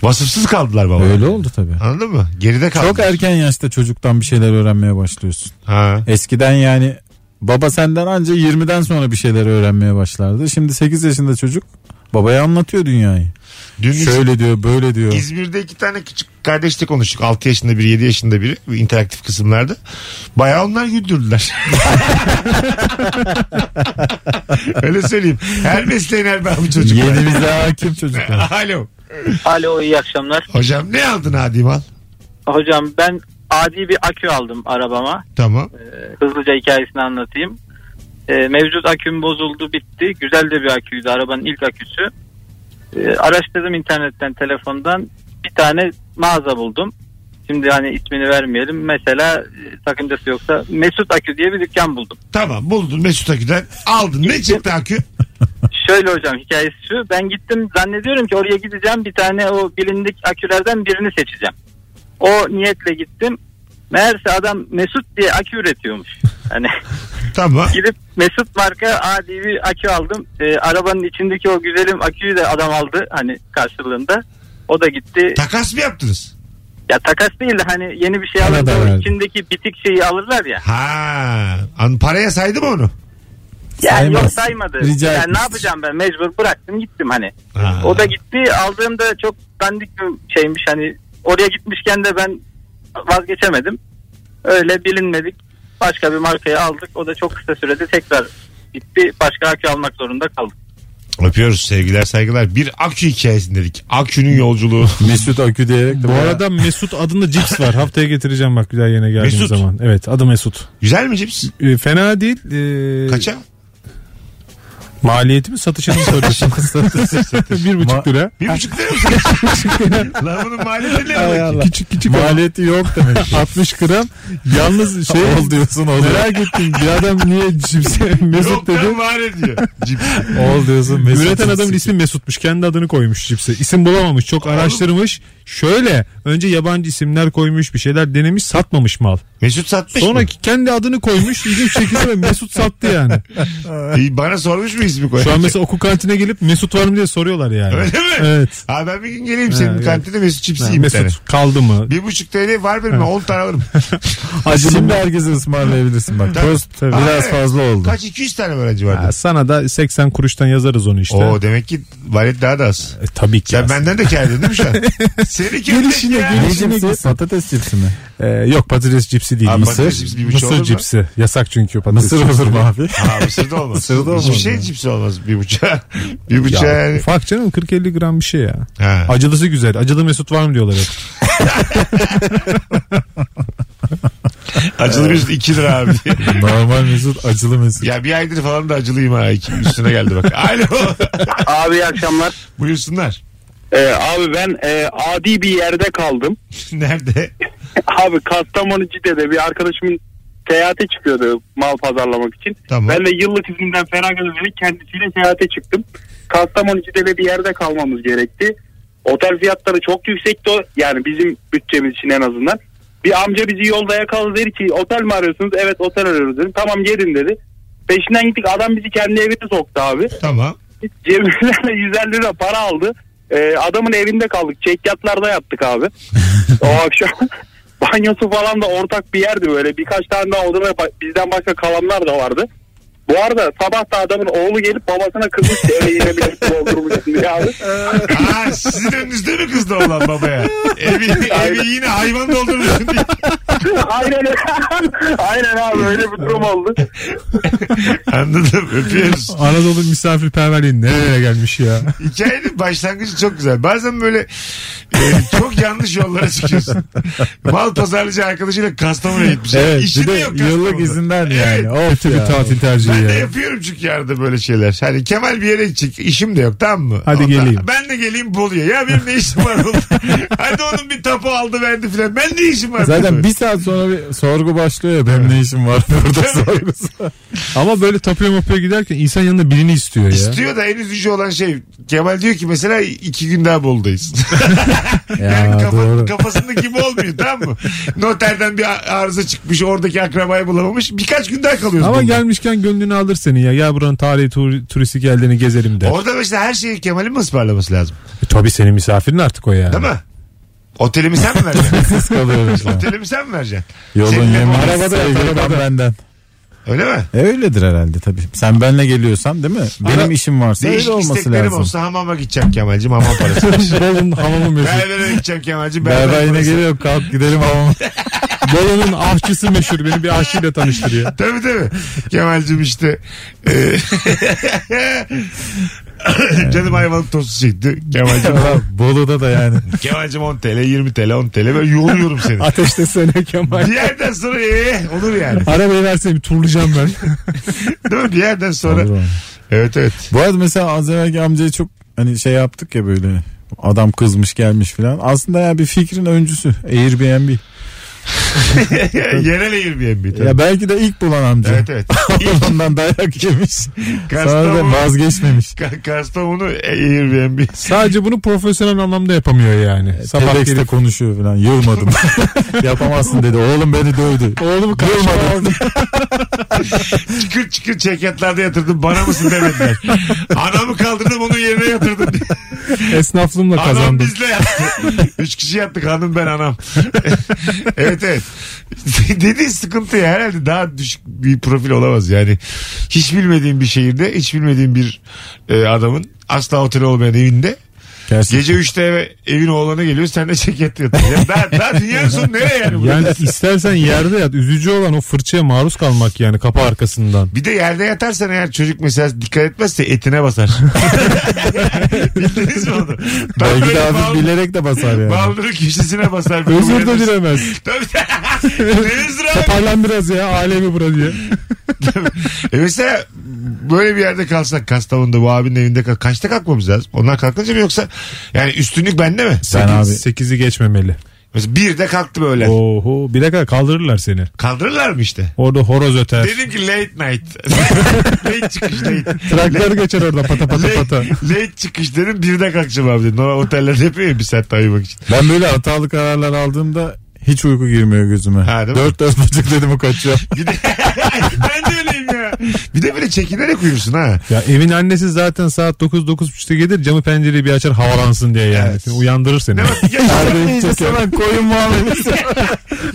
Speaker 3: Vasıfsız kaldılar babalar.
Speaker 4: Öyle oldu tabii.
Speaker 3: Anladın mı? Geride kaldı.
Speaker 4: Çok erken yaşta çocuktan bir şeyler öğrenmeye başlıyorsun.
Speaker 3: Ha.
Speaker 4: Eskiden yani baba senden anca 20'den sonra bir şeyler öğrenmeye başlardı. Şimdi 8 yaşında çocuk babaya anlatıyor dünyayı.
Speaker 3: Dün
Speaker 4: Şöyle diyor, böyle diyor.
Speaker 3: İzmir'de iki tane küçük kardeşle konuştuk. 6 yaşında biri 7 yaşında biri bu interaktif kısımlarda. Bayağı onlar güldürdüler. Öyle söyleyeyim. Her mesleğin her bağımı çocuk. var.
Speaker 4: Yenimize hakim çocuklar.
Speaker 3: Alo.
Speaker 9: Alo iyi akşamlar.
Speaker 3: Hocam ne aldın Adi mal?
Speaker 9: Hocam ben adi bir akü aldım arabama.
Speaker 3: Tamam.
Speaker 9: Hızlıca hikayesini anlatayım. Ee, mevcut aküm bozuldu bitti. Güzel de bir aküydü arabanın ilk aküsü. Ee, araştırdım internetten telefondan bir tane mağaza buldum. Şimdi hani ismini vermeyelim. Mesela e, sakıncası yoksa Mesut Akü diye bir dükkan buldum.
Speaker 3: Tamam buldun Mesut Akü'den. Aldın. Ne çıktı Akü?
Speaker 9: Şöyle hocam hikayesi şu. Ben gittim zannediyorum ki oraya gideceğim bir tane o bilindik akülerden birini seçeceğim. O niyetle gittim. Meğerse adam Mesut diye akü üretiyormuş. Hani
Speaker 3: Tamam.
Speaker 9: gidip Mesut marka adi bir akü aldım. Ee, arabanın içindeki o güzelim aküyü de adam aldı hani karşılığında. O da gitti.
Speaker 3: Takas mı yaptınız?
Speaker 9: Ya takas değil de hani yeni bir şey
Speaker 4: Arada
Speaker 9: alınca o
Speaker 4: verdi.
Speaker 9: içindeki bitik şeyi alırlar ya.
Speaker 3: Ha. An paraya saydı mı onu?
Speaker 9: Yani
Speaker 4: Saymaz.
Speaker 9: yok saymadı.
Speaker 4: Rica
Speaker 9: yani ne
Speaker 4: etmiştir.
Speaker 9: yapacağım ben mecbur bıraktım gittim hani.
Speaker 3: Ha.
Speaker 9: O da gitti aldığımda çok dandik bir şeymiş hani oraya gitmişken de ben vazgeçemedim. Öyle bilinmedik başka bir markayı aldık o da çok kısa sürede tekrar gitti başka akü almak zorunda kaldık.
Speaker 3: Öpüyoruz sevgiler saygılar. Bir Akü hikayesini dedik. Akü'nün yolculuğu.
Speaker 4: Mesut Akü diyerek de
Speaker 5: Bu
Speaker 4: bayağı-
Speaker 5: arada Mesut adında cips var. Haftaya getireceğim bak bir daha yine geldiğim
Speaker 3: Mesut.
Speaker 5: zaman. Evet adı Mesut.
Speaker 3: Güzel mi cips?
Speaker 5: E, fena değil. E,
Speaker 3: Kaça?
Speaker 5: Maliyeti mi satışını mı soruyorsun? bir buçuk
Speaker 4: Ma-
Speaker 5: lira.
Speaker 3: Bir buçuk lira mı? sen? Lan bunun maliyeti ne
Speaker 4: Hay
Speaker 3: alır?
Speaker 4: Allah.
Speaker 5: Küçük küçük.
Speaker 4: Maliyeti yok demek ki.
Speaker 5: 60 gram. Yalnız şey
Speaker 4: Ol diyorsun ol.
Speaker 5: merak ettim. Bir adam niye cipse Mesut
Speaker 3: Yok
Speaker 5: dedi.
Speaker 3: lan var ediyor. Cips.
Speaker 4: Ol diyorsun Mesut.
Speaker 5: Üreten adamın ismi Mesut'muş. Kendi adını koymuş cipse. İsim bulamamış. Çok araştırmış. Şöyle önce yabancı isimler koymuş. Bir şeyler denemiş. Satmamış mal.
Speaker 3: Mesut satmış mı?
Speaker 5: Sonra kendi adını koymuş. İlginç şekilde ve Mesut sattı yani.
Speaker 3: İyi, Bana sormuş mu ismi koyan?
Speaker 5: Şu an mesela okul kantine gelip Mesut var mı diye soruyorlar yani.
Speaker 3: Öyle mi?
Speaker 5: Evet.
Speaker 3: Abi ben bir gün geleyim senin
Speaker 5: evet.
Speaker 3: kantine Mesut cips
Speaker 5: Ha,
Speaker 3: yiyeyim bir tane.
Speaker 5: Mesut kaldı mı?
Speaker 3: Bir buçuk TL var benim 10 tane alırım.
Speaker 4: Acılı Şimdi herkese ısmarlayabilirsin bak.
Speaker 3: Tabii.
Speaker 4: Tost
Speaker 5: Tabii.
Speaker 4: biraz
Speaker 3: Abi,
Speaker 4: fazla oldu.
Speaker 3: Kaç 200 tane öğrenci
Speaker 5: Ha,
Speaker 3: vardı.
Speaker 5: sana da 80 kuruştan yazarız onu işte.
Speaker 3: Oo demek ki valet daha da az.
Speaker 5: E, tabii ki.
Speaker 3: Sen
Speaker 5: aslında.
Speaker 3: benden de kendin değil mi şu an? Seni kim
Speaker 5: Gelişine,
Speaker 3: ya?
Speaker 5: gelişine.
Speaker 4: Ne cipsi? Patates cipsi mi?
Speaker 5: E, yok patates cipsi değil.
Speaker 3: Abi,
Speaker 5: mısır
Speaker 3: patates cipsi bir buçuk olur
Speaker 5: mısır
Speaker 3: mu?
Speaker 5: cipsi. Yasak çünkü patates
Speaker 4: Mısır
Speaker 5: cipsi.
Speaker 4: olur mu abi?
Speaker 3: Ha mısır da olmaz.
Speaker 4: Mısır da olmaz
Speaker 3: Hiçbir şey
Speaker 4: yani.
Speaker 3: cipsi olmaz bir bıçağa. Bir
Speaker 5: Ya,
Speaker 3: bıçağa yani.
Speaker 5: Ufak canım 40-50 gram bir şey ya.
Speaker 3: Ha.
Speaker 5: Acılısı güzel. Acılı Mesut var mı diyorlar hep.
Speaker 3: Acılı bir 2 lira abi.
Speaker 4: Normal Mesut acılı Mesut.
Speaker 3: ya bir aydır falan da acılıyım ha. İki- Üstüne geldi bak. Alo.
Speaker 9: Abi iyi akşamlar. Ee,
Speaker 3: Buyursunlar.
Speaker 9: abi ben e, adi bir yerde kaldım.
Speaker 3: Nerede?
Speaker 9: Abi Kastamonu Cide'de bir arkadaşımın seyahate çıkıyordu mal pazarlamak için.
Speaker 3: Tamam.
Speaker 9: Ben de yıllık iznimden feragat ederek kendisiyle seyahate çıktım. Kastamonu Cide'de bir yerde kalmamız gerekti. Otel fiyatları çok yüksekti o. Yani bizim bütçemiz için en azından. Bir amca bizi yolda yakaladı dedi ki otel mi arıyorsunuz? Evet otel arıyoruz dedim. Tamam gelin dedi. Peşinden gittik adam bizi kendi evine soktu abi.
Speaker 3: Tamam.
Speaker 9: Cebimizden 150 lira para aldı. Ee, adamın evinde kaldık. Çekyatlarda yattık abi. o akşam banyosu falan da ortak bir yerdi böyle. Birkaç tane daha odada ba- bizden başka kalanlar da vardı. Bu arada sabah da adamın oğlu gelip babasına kızmış ki eve yine bir doldurmuş diye abi.
Speaker 3: Aa, sizin önünüzde mi kızdı olan babaya? Evi, evi yine hayvan doldurmuşsun diye.
Speaker 9: Aynen, aynen abi öyle bir durum oldu.
Speaker 3: Anladım. Öpüyoruz.
Speaker 5: Anadolu misafirperverliği nereye gelmiş ya?
Speaker 3: Hikayenin başlangıcı çok güzel. Bazen böyle e, çok yanlış yollara çıkıyorsun. Mal pazarlıcı arkadaşıyla Kastamonu'ya gitmiş.
Speaker 4: Evet
Speaker 3: İşi
Speaker 4: bir de
Speaker 3: yok
Speaker 4: yıllık
Speaker 3: Kastamonu'da.
Speaker 4: izinden yani.
Speaker 3: Evet.
Speaker 4: Of
Speaker 5: Kötü bir
Speaker 4: ya.
Speaker 5: tatil tercihi
Speaker 3: Ben de
Speaker 5: ya.
Speaker 3: yapıyorum çünkü yerde böyle şeyler. Hani Kemal bir yere gidecek. İşim de yok tamam mı?
Speaker 5: Hadi geleyim.
Speaker 3: Ben de geleyim Bolu'ya. Ya benim ne işim var Bolu'da? Hadi onun bir tapu aldı verdi filan. Ben ne işim var?
Speaker 4: Zaten
Speaker 3: burada?
Speaker 4: bir saat sonra bir sorgu başlıyor ya benim ne işim var burada sorgusu.
Speaker 5: Ama böyle tapuya mapuya giderken insan yanında birini istiyor ya.
Speaker 3: İstiyor da en üzücü olan şey Kemal diyor ki mesela iki gün daha Bolu'dayız. yani
Speaker 4: Ya,
Speaker 3: kafa,
Speaker 4: doğru.
Speaker 3: kafasında gibi olmuyor tamam mı? Noterden bir a- arıza çıkmış oradaki akrabayı bulamamış. Birkaç gün daha kalıyoruz.
Speaker 5: Ama
Speaker 3: Bolu'da.
Speaker 5: gelmişken gönlünü alır senin ya. Gel buranın tarihi tur- turistik yerlerini gezelim de.
Speaker 3: Orada mesela her şeyi Kemal'in mi ısmarlaması lazım?
Speaker 5: E, tabii senin misafirin artık o yani.
Speaker 3: Değil mi? Otelimi sen mi vereceksin?
Speaker 4: Siz kalıyoruz.
Speaker 3: Otelimi sen mi vereceksin?
Speaker 4: Yolun
Speaker 3: Seninle
Speaker 4: yemeği
Speaker 3: bu-
Speaker 4: arabada benden.
Speaker 3: Öyle mi?
Speaker 4: E öyledir herhalde tabii. Sen benle geliyorsan değil mi? Benim
Speaker 3: Ama
Speaker 4: işim varsa öyle
Speaker 3: Değişik
Speaker 4: olması
Speaker 3: isteklerim
Speaker 4: lazım.
Speaker 3: olsa hamama gideceğim Kemal'cim. Hamam parası.
Speaker 5: Bolun hamamı meşhur.
Speaker 3: Berbere gideceğim Kemal'cim.
Speaker 4: Berber
Speaker 3: parası.
Speaker 4: yine geliyor kalk gidelim ama
Speaker 5: Bolu'nun ahçısı meşhur. Beni bir ahçıyla tanıştırıyor.
Speaker 3: Tabii tabii. Kemal'cim işte. e, Canım hayvanlık tostu çekti. Kemal'cim.
Speaker 4: Bolu'da da yani.
Speaker 3: Kemal'cim 10 TL, 20 TL, 10 TL. Ben yoğuruyorum seni.
Speaker 5: Ateşlesene Kemal.
Speaker 3: Bir yerden sonra ee, olur yani.
Speaker 5: Arabayı versene bir turlayacağım ben.
Speaker 3: Değil mi? Bir yerden sonra.
Speaker 4: Olur o.
Speaker 3: Evet evet.
Speaker 4: Bu arada mesela az evvelki amcayı çok hani şey yaptık ya böyle adam kızmış gelmiş filan. Aslında ya bir fikrin öncüsü Airbnb.
Speaker 3: Yerel Airbnb. Tabii.
Speaker 4: Ya belki de ilk bulan amca.
Speaker 3: Evet evet. İlk
Speaker 4: Ondan dayak yemiş. Sonra da
Speaker 3: Kastamonu.
Speaker 4: vazgeçmemiş.
Speaker 3: Ka- Kastamonu Airbnb.
Speaker 5: Sadece bunu profesyonel anlamda yapamıyor yani. Sabah
Speaker 4: TEDx'te
Speaker 5: gelip
Speaker 4: konuşuyor falan. Yılmadım. Yapamazsın dedi. Oğlum beni dövdü.
Speaker 5: oğlumu karşıma aldım.
Speaker 3: Çıkır çıkır çekyatlarda yatırdım. Bana mısın demediler. Anamı kaldırdım onun yerine yatırdım.
Speaker 5: Esnaflığımla
Speaker 3: Anam
Speaker 5: kazandım.
Speaker 3: bizle yattı. Üç kişi yattık hanım ben anam. evet evet. Dediğin sıkıntı ya herhalde daha düşük bir profil olamaz yani. Hiç bilmediğim bir şehirde hiç bilmediğim bir e, adamın asla otel olmayan evinde
Speaker 4: Gerçekten.
Speaker 3: gece 3'te eve, evin oğlanı geliyor sen de ceket yatıyorsun. Ya daha, daha dünyanın sonu nereye yani? bu?
Speaker 5: Yani istersen yerde yat. Üzücü olan o fırçaya maruz kalmak yani kapı arkasından.
Speaker 3: Bir de yerde yatarsan eğer çocuk mesela dikkat etmezse etine basar. Bildiniz mi onu? Tam
Speaker 4: Belki
Speaker 3: böyle
Speaker 4: de hafif
Speaker 3: bal-
Speaker 4: bilerek de basar yani.
Speaker 3: Baldırın köşesine basar.
Speaker 5: Özür de dilemez.
Speaker 3: Tabii. Deniz Duran.
Speaker 5: Parlan biraz ya alemi bura diye.
Speaker 3: E mesela böyle bir yerde kalsak Kastamonu'da bu abinin evinde kal kaçta kalkmamız lazım? Onlar kalkınca mı yoksa yani üstünlük bende mi?
Speaker 4: Ben abi
Speaker 5: 8'i geçmemeli.
Speaker 3: Mesela bir de kalktım öğlen.
Speaker 5: Oho bir dakika kaldırırlar seni.
Speaker 3: Kaldırırlar mı işte?
Speaker 5: Orada horoz öter.
Speaker 3: Dedim ki late night. late çıkış late.
Speaker 5: Traktör geçer orada pata pata pata.
Speaker 3: Late, late çıkış dedim bir de kalkacağım abi dedim. Normal otellerde yapıyor ya bir saat daha uyumak için.
Speaker 4: Ben böyle hatalı kararlar aldığımda hiç uyku girmiyor gözüme.
Speaker 3: Ha, değil mi?
Speaker 4: dört dört buçuk dedim o kaçıyor.
Speaker 3: Bir de ben de öyleyim ya. Bir de böyle çekinerek uyursun ha.
Speaker 5: Ya evin annesi zaten saat 9 9.30'da gelir camı pencereyi bir açar havalansın diye yani.
Speaker 3: Evet.
Speaker 5: Seni Uyandırır seni.
Speaker 3: Ne bak ya,
Speaker 4: hemen koyun muhabbeti.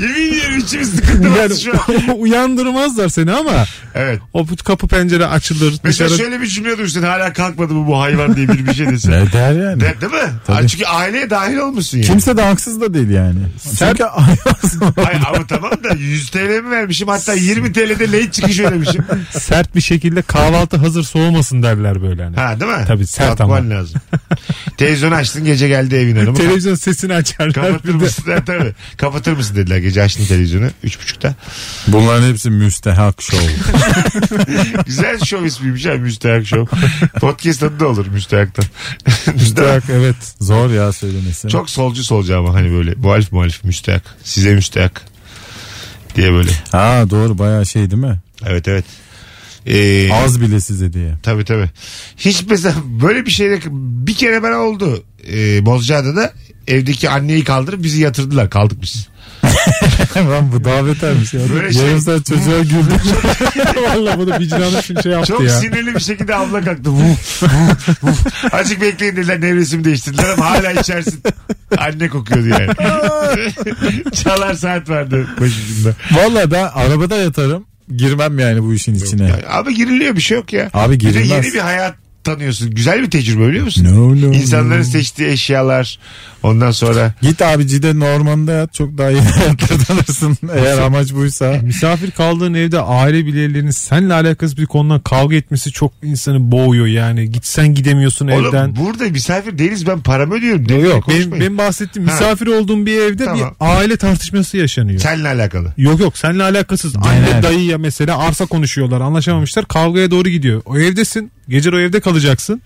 Speaker 3: yemin ediyorum içimiz sıkıntı bastı şu an.
Speaker 5: Yani uyandırmazlar seni ama
Speaker 3: Evet.
Speaker 5: o kapı pencere açılır
Speaker 3: Mesela
Speaker 5: dışarı
Speaker 3: şöyle bir cümle duysun hala kalkmadı mı bu hayvan diye bir, bir şey desin.
Speaker 4: ne der yani?
Speaker 3: De, değil mi?
Speaker 4: Tabii.
Speaker 3: Çünkü aileye dahil olmuşsun yani.
Speaker 4: Kimse de haksız da değil yani. Çünkü
Speaker 3: Ay, ama tamam da 100 TL mi vermişim hatta 20 TL'de late çıkış ödemişim.
Speaker 5: sert bir şekilde kahvaltı hazır soğumasın derler böyle hani.
Speaker 3: Ha değil mi?
Speaker 5: Tabii, sert
Speaker 3: Kalkman
Speaker 5: ama.
Speaker 3: lazım. Televizyonu açtın gece geldi evin hanımı.
Speaker 5: Televizyon sesini açarlar.
Speaker 3: Kapatır
Speaker 5: Bir de
Speaker 3: mısın? Ha, tabii. Kapatır mısın dediler gece açtın televizyonu. Üç buçukta.
Speaker 4: Bunların hepsi müstehak şov.
Speaker 3: Güzel şov ismiymiş ha şey, müstehak şov. Podcast adı da olur müstehaktan.
Speaker 4: müstehak evet. Zor ya söylemesi.
Speaker 3: Çok solcu solcu ama hani böyle muhalif muhalif müstehak. Size müstehak diye böyle.
Speaker 4: Ha doğru bayağı şey değil mi?
Speaker 3: Evet evet. Ee,
Speaker 4: Az bile size diye.
Speaker 3: Tabii tabii. Hiç mesela böyle bir şeyde bir kere bana oldu. Ee, Bozcaada'da evdeki anneyi kaldırıp bizi yatırdılar. Kaldık biz.
Speaker 4: Lan bu daha betermiş ya.
Speaker 3: Böyle şey-
Speaker 4: Yarım saat çocuğa güldüm.
Speaker 5: Valla bunu vicdanım şimdi şey yaptı
Speaker 3: Çok
Speaker 5: ya.
Speaker 3: sinirli bir şekilde abla kalktı. Vuf, vuf, vuf. Azıcık bekleyin dediler. Nevresimi değiştirdiler ama hala içersin. Anne kokuyordu yani. Çalar saat vardı başucumda.
Speaker 4: Valla ben arabada yatarım. Girmem yani bu işin içine.
Speaker 3: Ya, Abi giriliyor bir şey yok ya.
Speaker 4: Abi
Speaker 3: Bir de
Speaker 4: girilmez.
Speaker 3: yeni bir hayat tanıyorsun. Güzel bir tecrübe biliyor musun?
Speaker 4: No, no,
Speaker 3: İnsanların
Speaker 4: no.
Speaker 3: seçtiği eşyalar. Ondan sonra
Speaker 4: Git abi Cide'nin ormanında yat çok daha iyi hayatlar tanırsın. Eğer amaç buysa.
Speaker 5: Misafir kaldığın evde aile bireylerinin seninle alakasız bir konudan kavga etmesi çok insanı boğuyor yani. Gitsen gidemiyorsun evden.
Speaker 3: Oğlum burada misafir değiliz ben paramı ödüyorum. Demin
Speaker 5: Yok benim,
Speaker 3: konuşmayın.
Speaker 5: benim bahsettiğim
Speaker 3: Ha.
Speaker 5: misafir olduğum bir evde
Speaker 3: Tamam.
Speaker 5: bir aile tartışması yaşanıyor.
Speaker 3: Seninle alakalı.
Speaker 5: Yok yok seninle alakasız. Anne dayıya mesela arsa konuşuyorlar anlaşamamışlar kavgaya doğru gidiyor. O evdesin gece o evde kalacaksın.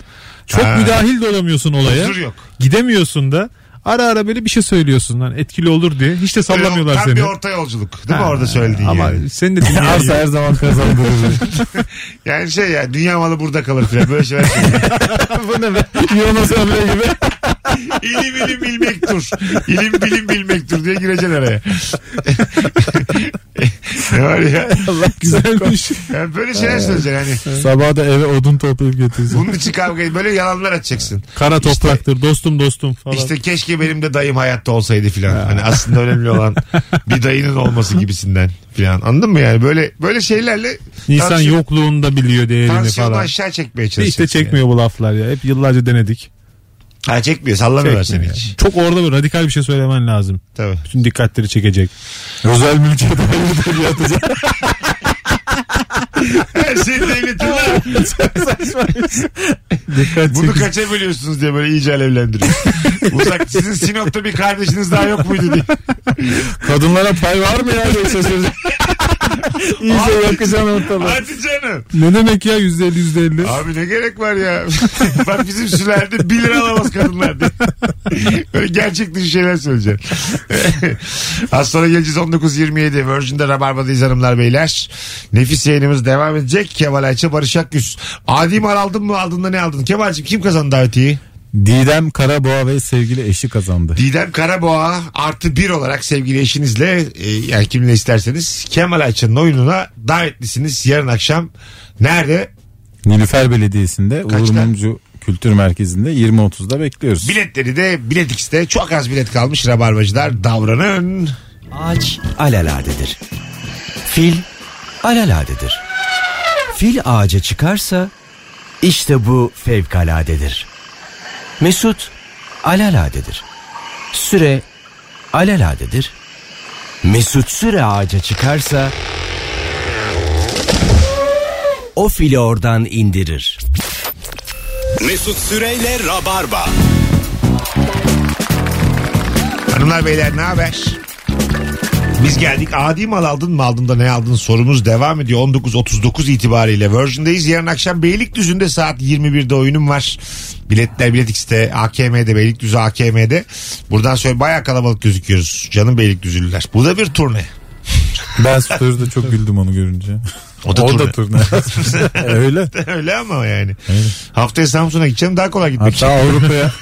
Speaker 5: Çok
Speaker 3: Ha.
Speaker 5: müdahil de olamıyorsun olaya.
Speaker 3: Huzur yok.
Speaker 5: Gidemiyorsun da ara ara böyle bir şey söylüyorsun lan etkili olur diye. Hiç de sallamıyorlar
Speaker 3: Tam
Speaker 5: seni.
Speaker 3: bir orta yolculuk. Değil mi
Speaker 5: Ha,
Speaker 3: orada söylediğin
Speaker 5: Ama
Speaker 3: yani.
Speaker 5: senin de dünya
Speaker 4: Arsa her zaman kazandırır.
Speaker 3: Yani şey ya dünya malı burada kalır filan böyle şeyler söylüyor.
Speaker 4: bu ne be? Yunus Emre gibi.
Speaker 3: İlim ilim bilmek dur. İlim bilim bilmek dur diye gireceksin araya. Ne var ya?
Speaker 4: Allah güzelmiş.
Speaker 5: şey.
Speaker 3: Yani böyle şeyler söyleyeceksin hani.
Speaker 4: Sabah da eve odun toplayıp getirecek.
Speaker 3: Bunun için kavga böyle yalanlar atacaksın.
Speaker 5: Kara topraktır dostum dostum falan.
Speaker 3: İşte keşke benim de dayım hayatta olsaydı filan. Hani aslında önemli olan bir dayının olması gibisinden filan. Anladın mı yani? Böyle böyle şeylerle
Speaker 5: İnsan
Speaker 3: tansiyon-
Speaker 5: yokluğunda biliyor değerini
Speaker 3: tansiyonu
Speaker 5: falan.
Speaker 3: aşağı çekmeye çalışacaksın.
Speaker 5: İşte çekmiyor bu laflar ya. Hep yıllarca denedik.
Speaker 3: Yani. Ha çekmiyor. Sallamıyorlar
Speaker 5: Çekmiyor
Speaker 3: seni
Speaker 5: yani.
Speaker 3: hiç.
Speaker 5: Çok orada bir radikal bir şey söylemen lazım.
Speaker 3: Tabii.
Speaker 5: Bütün dikkatleri çekecek.
Speaker 4: Özel mülkiye dair yatacak.
Speaker 3: Her şey devletin var.
Speaker 5: Dikkat
Speaker 3: Bunu
Speaker 5: çekecek.
Speaker 3: kaça bölüyorsunuz diye böyle iyice alevlendiriyor. Uzak sizin Sinop'ta bir kardeşiniz daha yok muydu diye.
Speaker 4: Kadınlara pay var mı ya yoksa sözü? İyice
Speaker 3: Abi-
Speaker 4: yakacaksın ortalığı.
Speaker 3: Hadi canım.
Speaker 5: Ne demek ya yüzde elli yüzde elli?
Speaker 3: Abi ne gerek var ya? Bak bizim sülerde 1 lira alamaz kadınlar diye. Böyle gerçek dışı şeyler söyleyeceğim. Az sonra geleceğiz 19.27. Virgin'de Rabarba'dayız hanımlar beyler. Nefis yayınımız devam edecek. Kemal Ayça, Barış Akgüs. Adi mal aldın mı aldın da ne aldın? Kemal'cim kim kazandı davetiyi?
Speaker 4: Didem Karaboğa ve sevgili eşi kazandı.
Speaker 3: Didem Karaboğa artı bir olarak sevgili eşinizle e, yani kimle isterseniz Kemal Ayça'nın oyununa davetlisiniz. Yarın akşam nerede?
Speaker 4: Nilüfer Belediyesi'nde Uğur
Speaker 3: Kaçta?
Speaker 4: Mumcu Kültür Merkezi'nde 20.30'da bekliyoruz.
Speaker 3: Biletleri de Bilet X'te çok az bilet kalmış. Rabarbacılar davranın.
Speaker 11: Ağaç alaladedir. Fil alaladedir. Fil ağaca çıkarsa işte bu fevkaladedir. Mesut alaladedir. Süre alaladedir. Mesut süre ağaca çıkarsa o fili oradan indirir.
Speaker 2: Mesut Süreyle Rabarba.
Speaker 3: Hanımlar beyler ne haber? Biz geldik. Adi mal aldın mı aldın da ne aldın sorumuz devam ediyor. 19.39 itibariyle Virgin'deyiz. Yarın akşam Beylikdüzü'nde saat 21'de oyunum var. Biletler Bilet X'te, AKM'de, Beylikdüzü AKM'de. Buradan sonra bayağı kalabalık gözüküyoruz. Canım Beylikdüzülüler. Bu da bir turne.
Speaker 4: Ben Story'de çok güldüm onu görünce.
Speaker 3: O da turne.
Speaker 4: turne. Öyle.
Speaker 3: Öyle ama yani. Haftaya Samsun'a gideceğim daha kolay gitmek.
Speaker 4: Hatta Avrupa'ya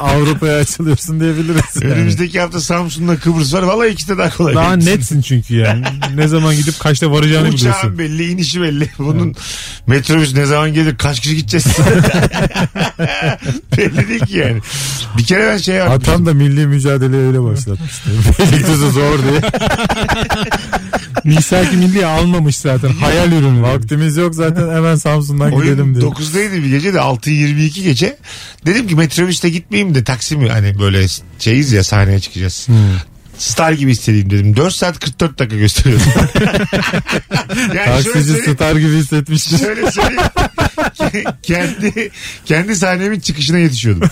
Speaker 4: Avrupa'ya açılıyorsun diyebiliriz. yani.
Speaker 3: Önümüzdeki hafta Samsun'la Kıbrıs var. Vallahi ikisi de daha kolay.
Speaker 5: Daha netsin çünkü yani. ne zaman gidip kaçta varacağını
Speaker 3: Uçağın
Speaker 5: biliyorsun.
Speaker 3: belli, inişi belli. Bunun metrobüs ne zaman gelir, kaç kişi gideceğiz? belli değil ki yani. Bir kere ben şey yaptım.
Speaker 4: Atam da milli mücadele öyle başlatmıştı. Beylikdüzü zor diye.
Speaker 5: Misaki milli almamış zaten. Hayal ürünü.
Speaker 4: Vaktimiz yok zaten hemen Samsun'dan
Speaker 3: Oyun
Speaker 4: gidelim diye.
Speaker 3: 9'daydı bir gece de 6.22 gece. Dedim ki metrobüste gitmeyeyim de Taksim'i hani böyle şeyiz ya sahneye çıkacağız. Star gibi istediğim dedim. 4 saat 44 dakika gösteriyordu. yani şöyle
Speaker 4: Taksici
Speaker 3: söyleyeyim-
Speaker 4: star gibi hissetmiştir.
Speaker 3: Şöyle söyleyeyim. Ke- kendi kendi sahnemin çıkışına yetişiyordum.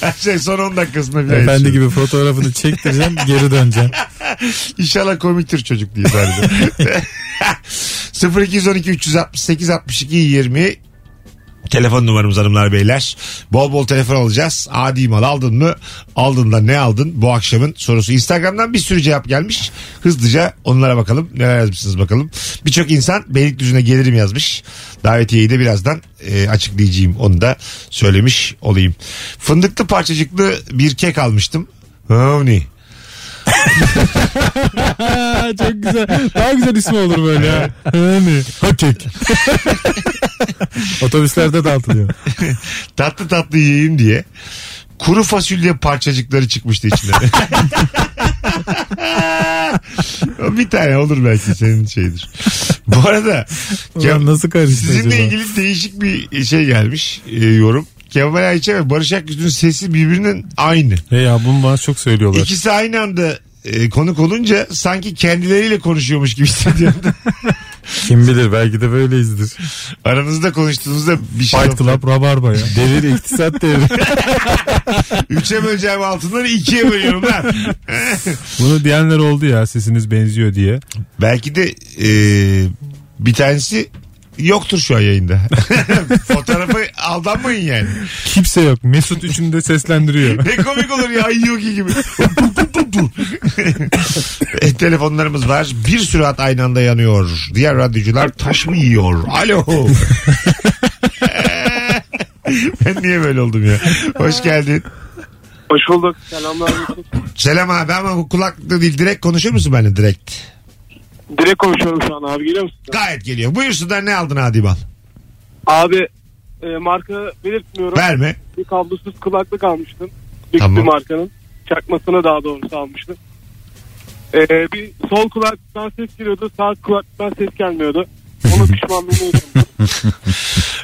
Speaker 3: Her şey son 10 dakikasında bile
Speaker 4: Efendi
Speaker 3: yetişiyordum.
Speaker 4: gibi fotoğrafını çektireceğim geri döneceğim.
Speaker 3: İnşallah komiktir çocuk diye sahnede. 0212 368 62 20 Telefon numaramız hanımlar beyler. Bol bol telefon alacağız. Adi mal aldın mı? Aldın da ne aldın? Bu akşamın sorusu. Instagram'dan bir sürü cevap gelmiş. Hızlıca onlara bakalım. Neler yazmışsınız bakalım. Birçok insan Beylikdüzü'ne gelirim yazmış. Davetiyeyi de birazdan e, açıklayacağım. Onu da söylemiş olayım. Fındıklı parçacıklı bir kek almıştım. Hıvni.
Speaker 5: Ha, çok güzel. Daha güzel ismi olur böyle ya. Hani. Yani.
Speaker 4: Hakik. Otobüslerde dağıtılıyor.
Speaker 3: tatlı tatlı yiyeyim diye kuru fasulye parçacıkları çıkmıştı içinden. bir tane olur belki senin şeydir. Bu arada
Speaker 4: Ulan nasıl karıştı acaba?
Speaker 3: sizinle ilgili değişik bir şey gelmiş e, yorum. Kemal Ayça ve Barış Akgüz'ün sesi birbirinin aynı.
Speaker 5: He ya bunu bana çok söylüyorlar.
Speaker 3: İkisi aynı anda e, konuk olunca sanki kendileriyle konuşuyormuş gibi hissediyorum.
Speaker 4: Kim bilir belki de böyleyizdir.
Speaker 3: Aranızda konuştuğunuzda bir şey
Speaker 5: Fight Club Rabarba ya.
Speaker 4: Devir iktisat devri.
Speaker 3: Üçe böleceğim altınları ikiye bölüyorum lan.
Speaker 5: Bunu diyenler oldu ya sesiniz benziyor diye.
Speaker 3: Belki de e, bir tanesi yoktur şu an yayında. Fotoğrafa aldanmayın yani.
Speaker 5: Kimse yok. Mesut üçünü de seslendiriyor.
Speaker 3: Ne komik olur ya Yogi gibi. E, Telefonlarımız var. Bir sürü hat aynı anda yanıyor. Diğer radyocular taş mı yiyor? Alo. ben niye böyle oldum ya? Hoş geldin.
Speaker 12: Hoş bulduk. Selamlar.
Speaker 3: Selam abi ama bu kulaklıkta değil direkt konuşur musun benimle direkt?
Speaker 12: Direkt konuşuyorum şu an abi geliyor musun?
Speaker 3: Gayet geliyor. Buyursunlar ne aldın Adil Bal?
Speaker 12: Abi e, marka belirtmiyorum.
Speaker 3: Verme.
Speaker 12: Bir kablosuz kulaklık almıştım. Büyük
Speaker 3: Tamam.
Speaker 12: bir markanın. Çakmasını daha doğrusu almıştım. E, bir sol kulaktan ses geliyordu. Sağ kulaktan ses gelmiyordu. Onun pişmanlığını yaşadım.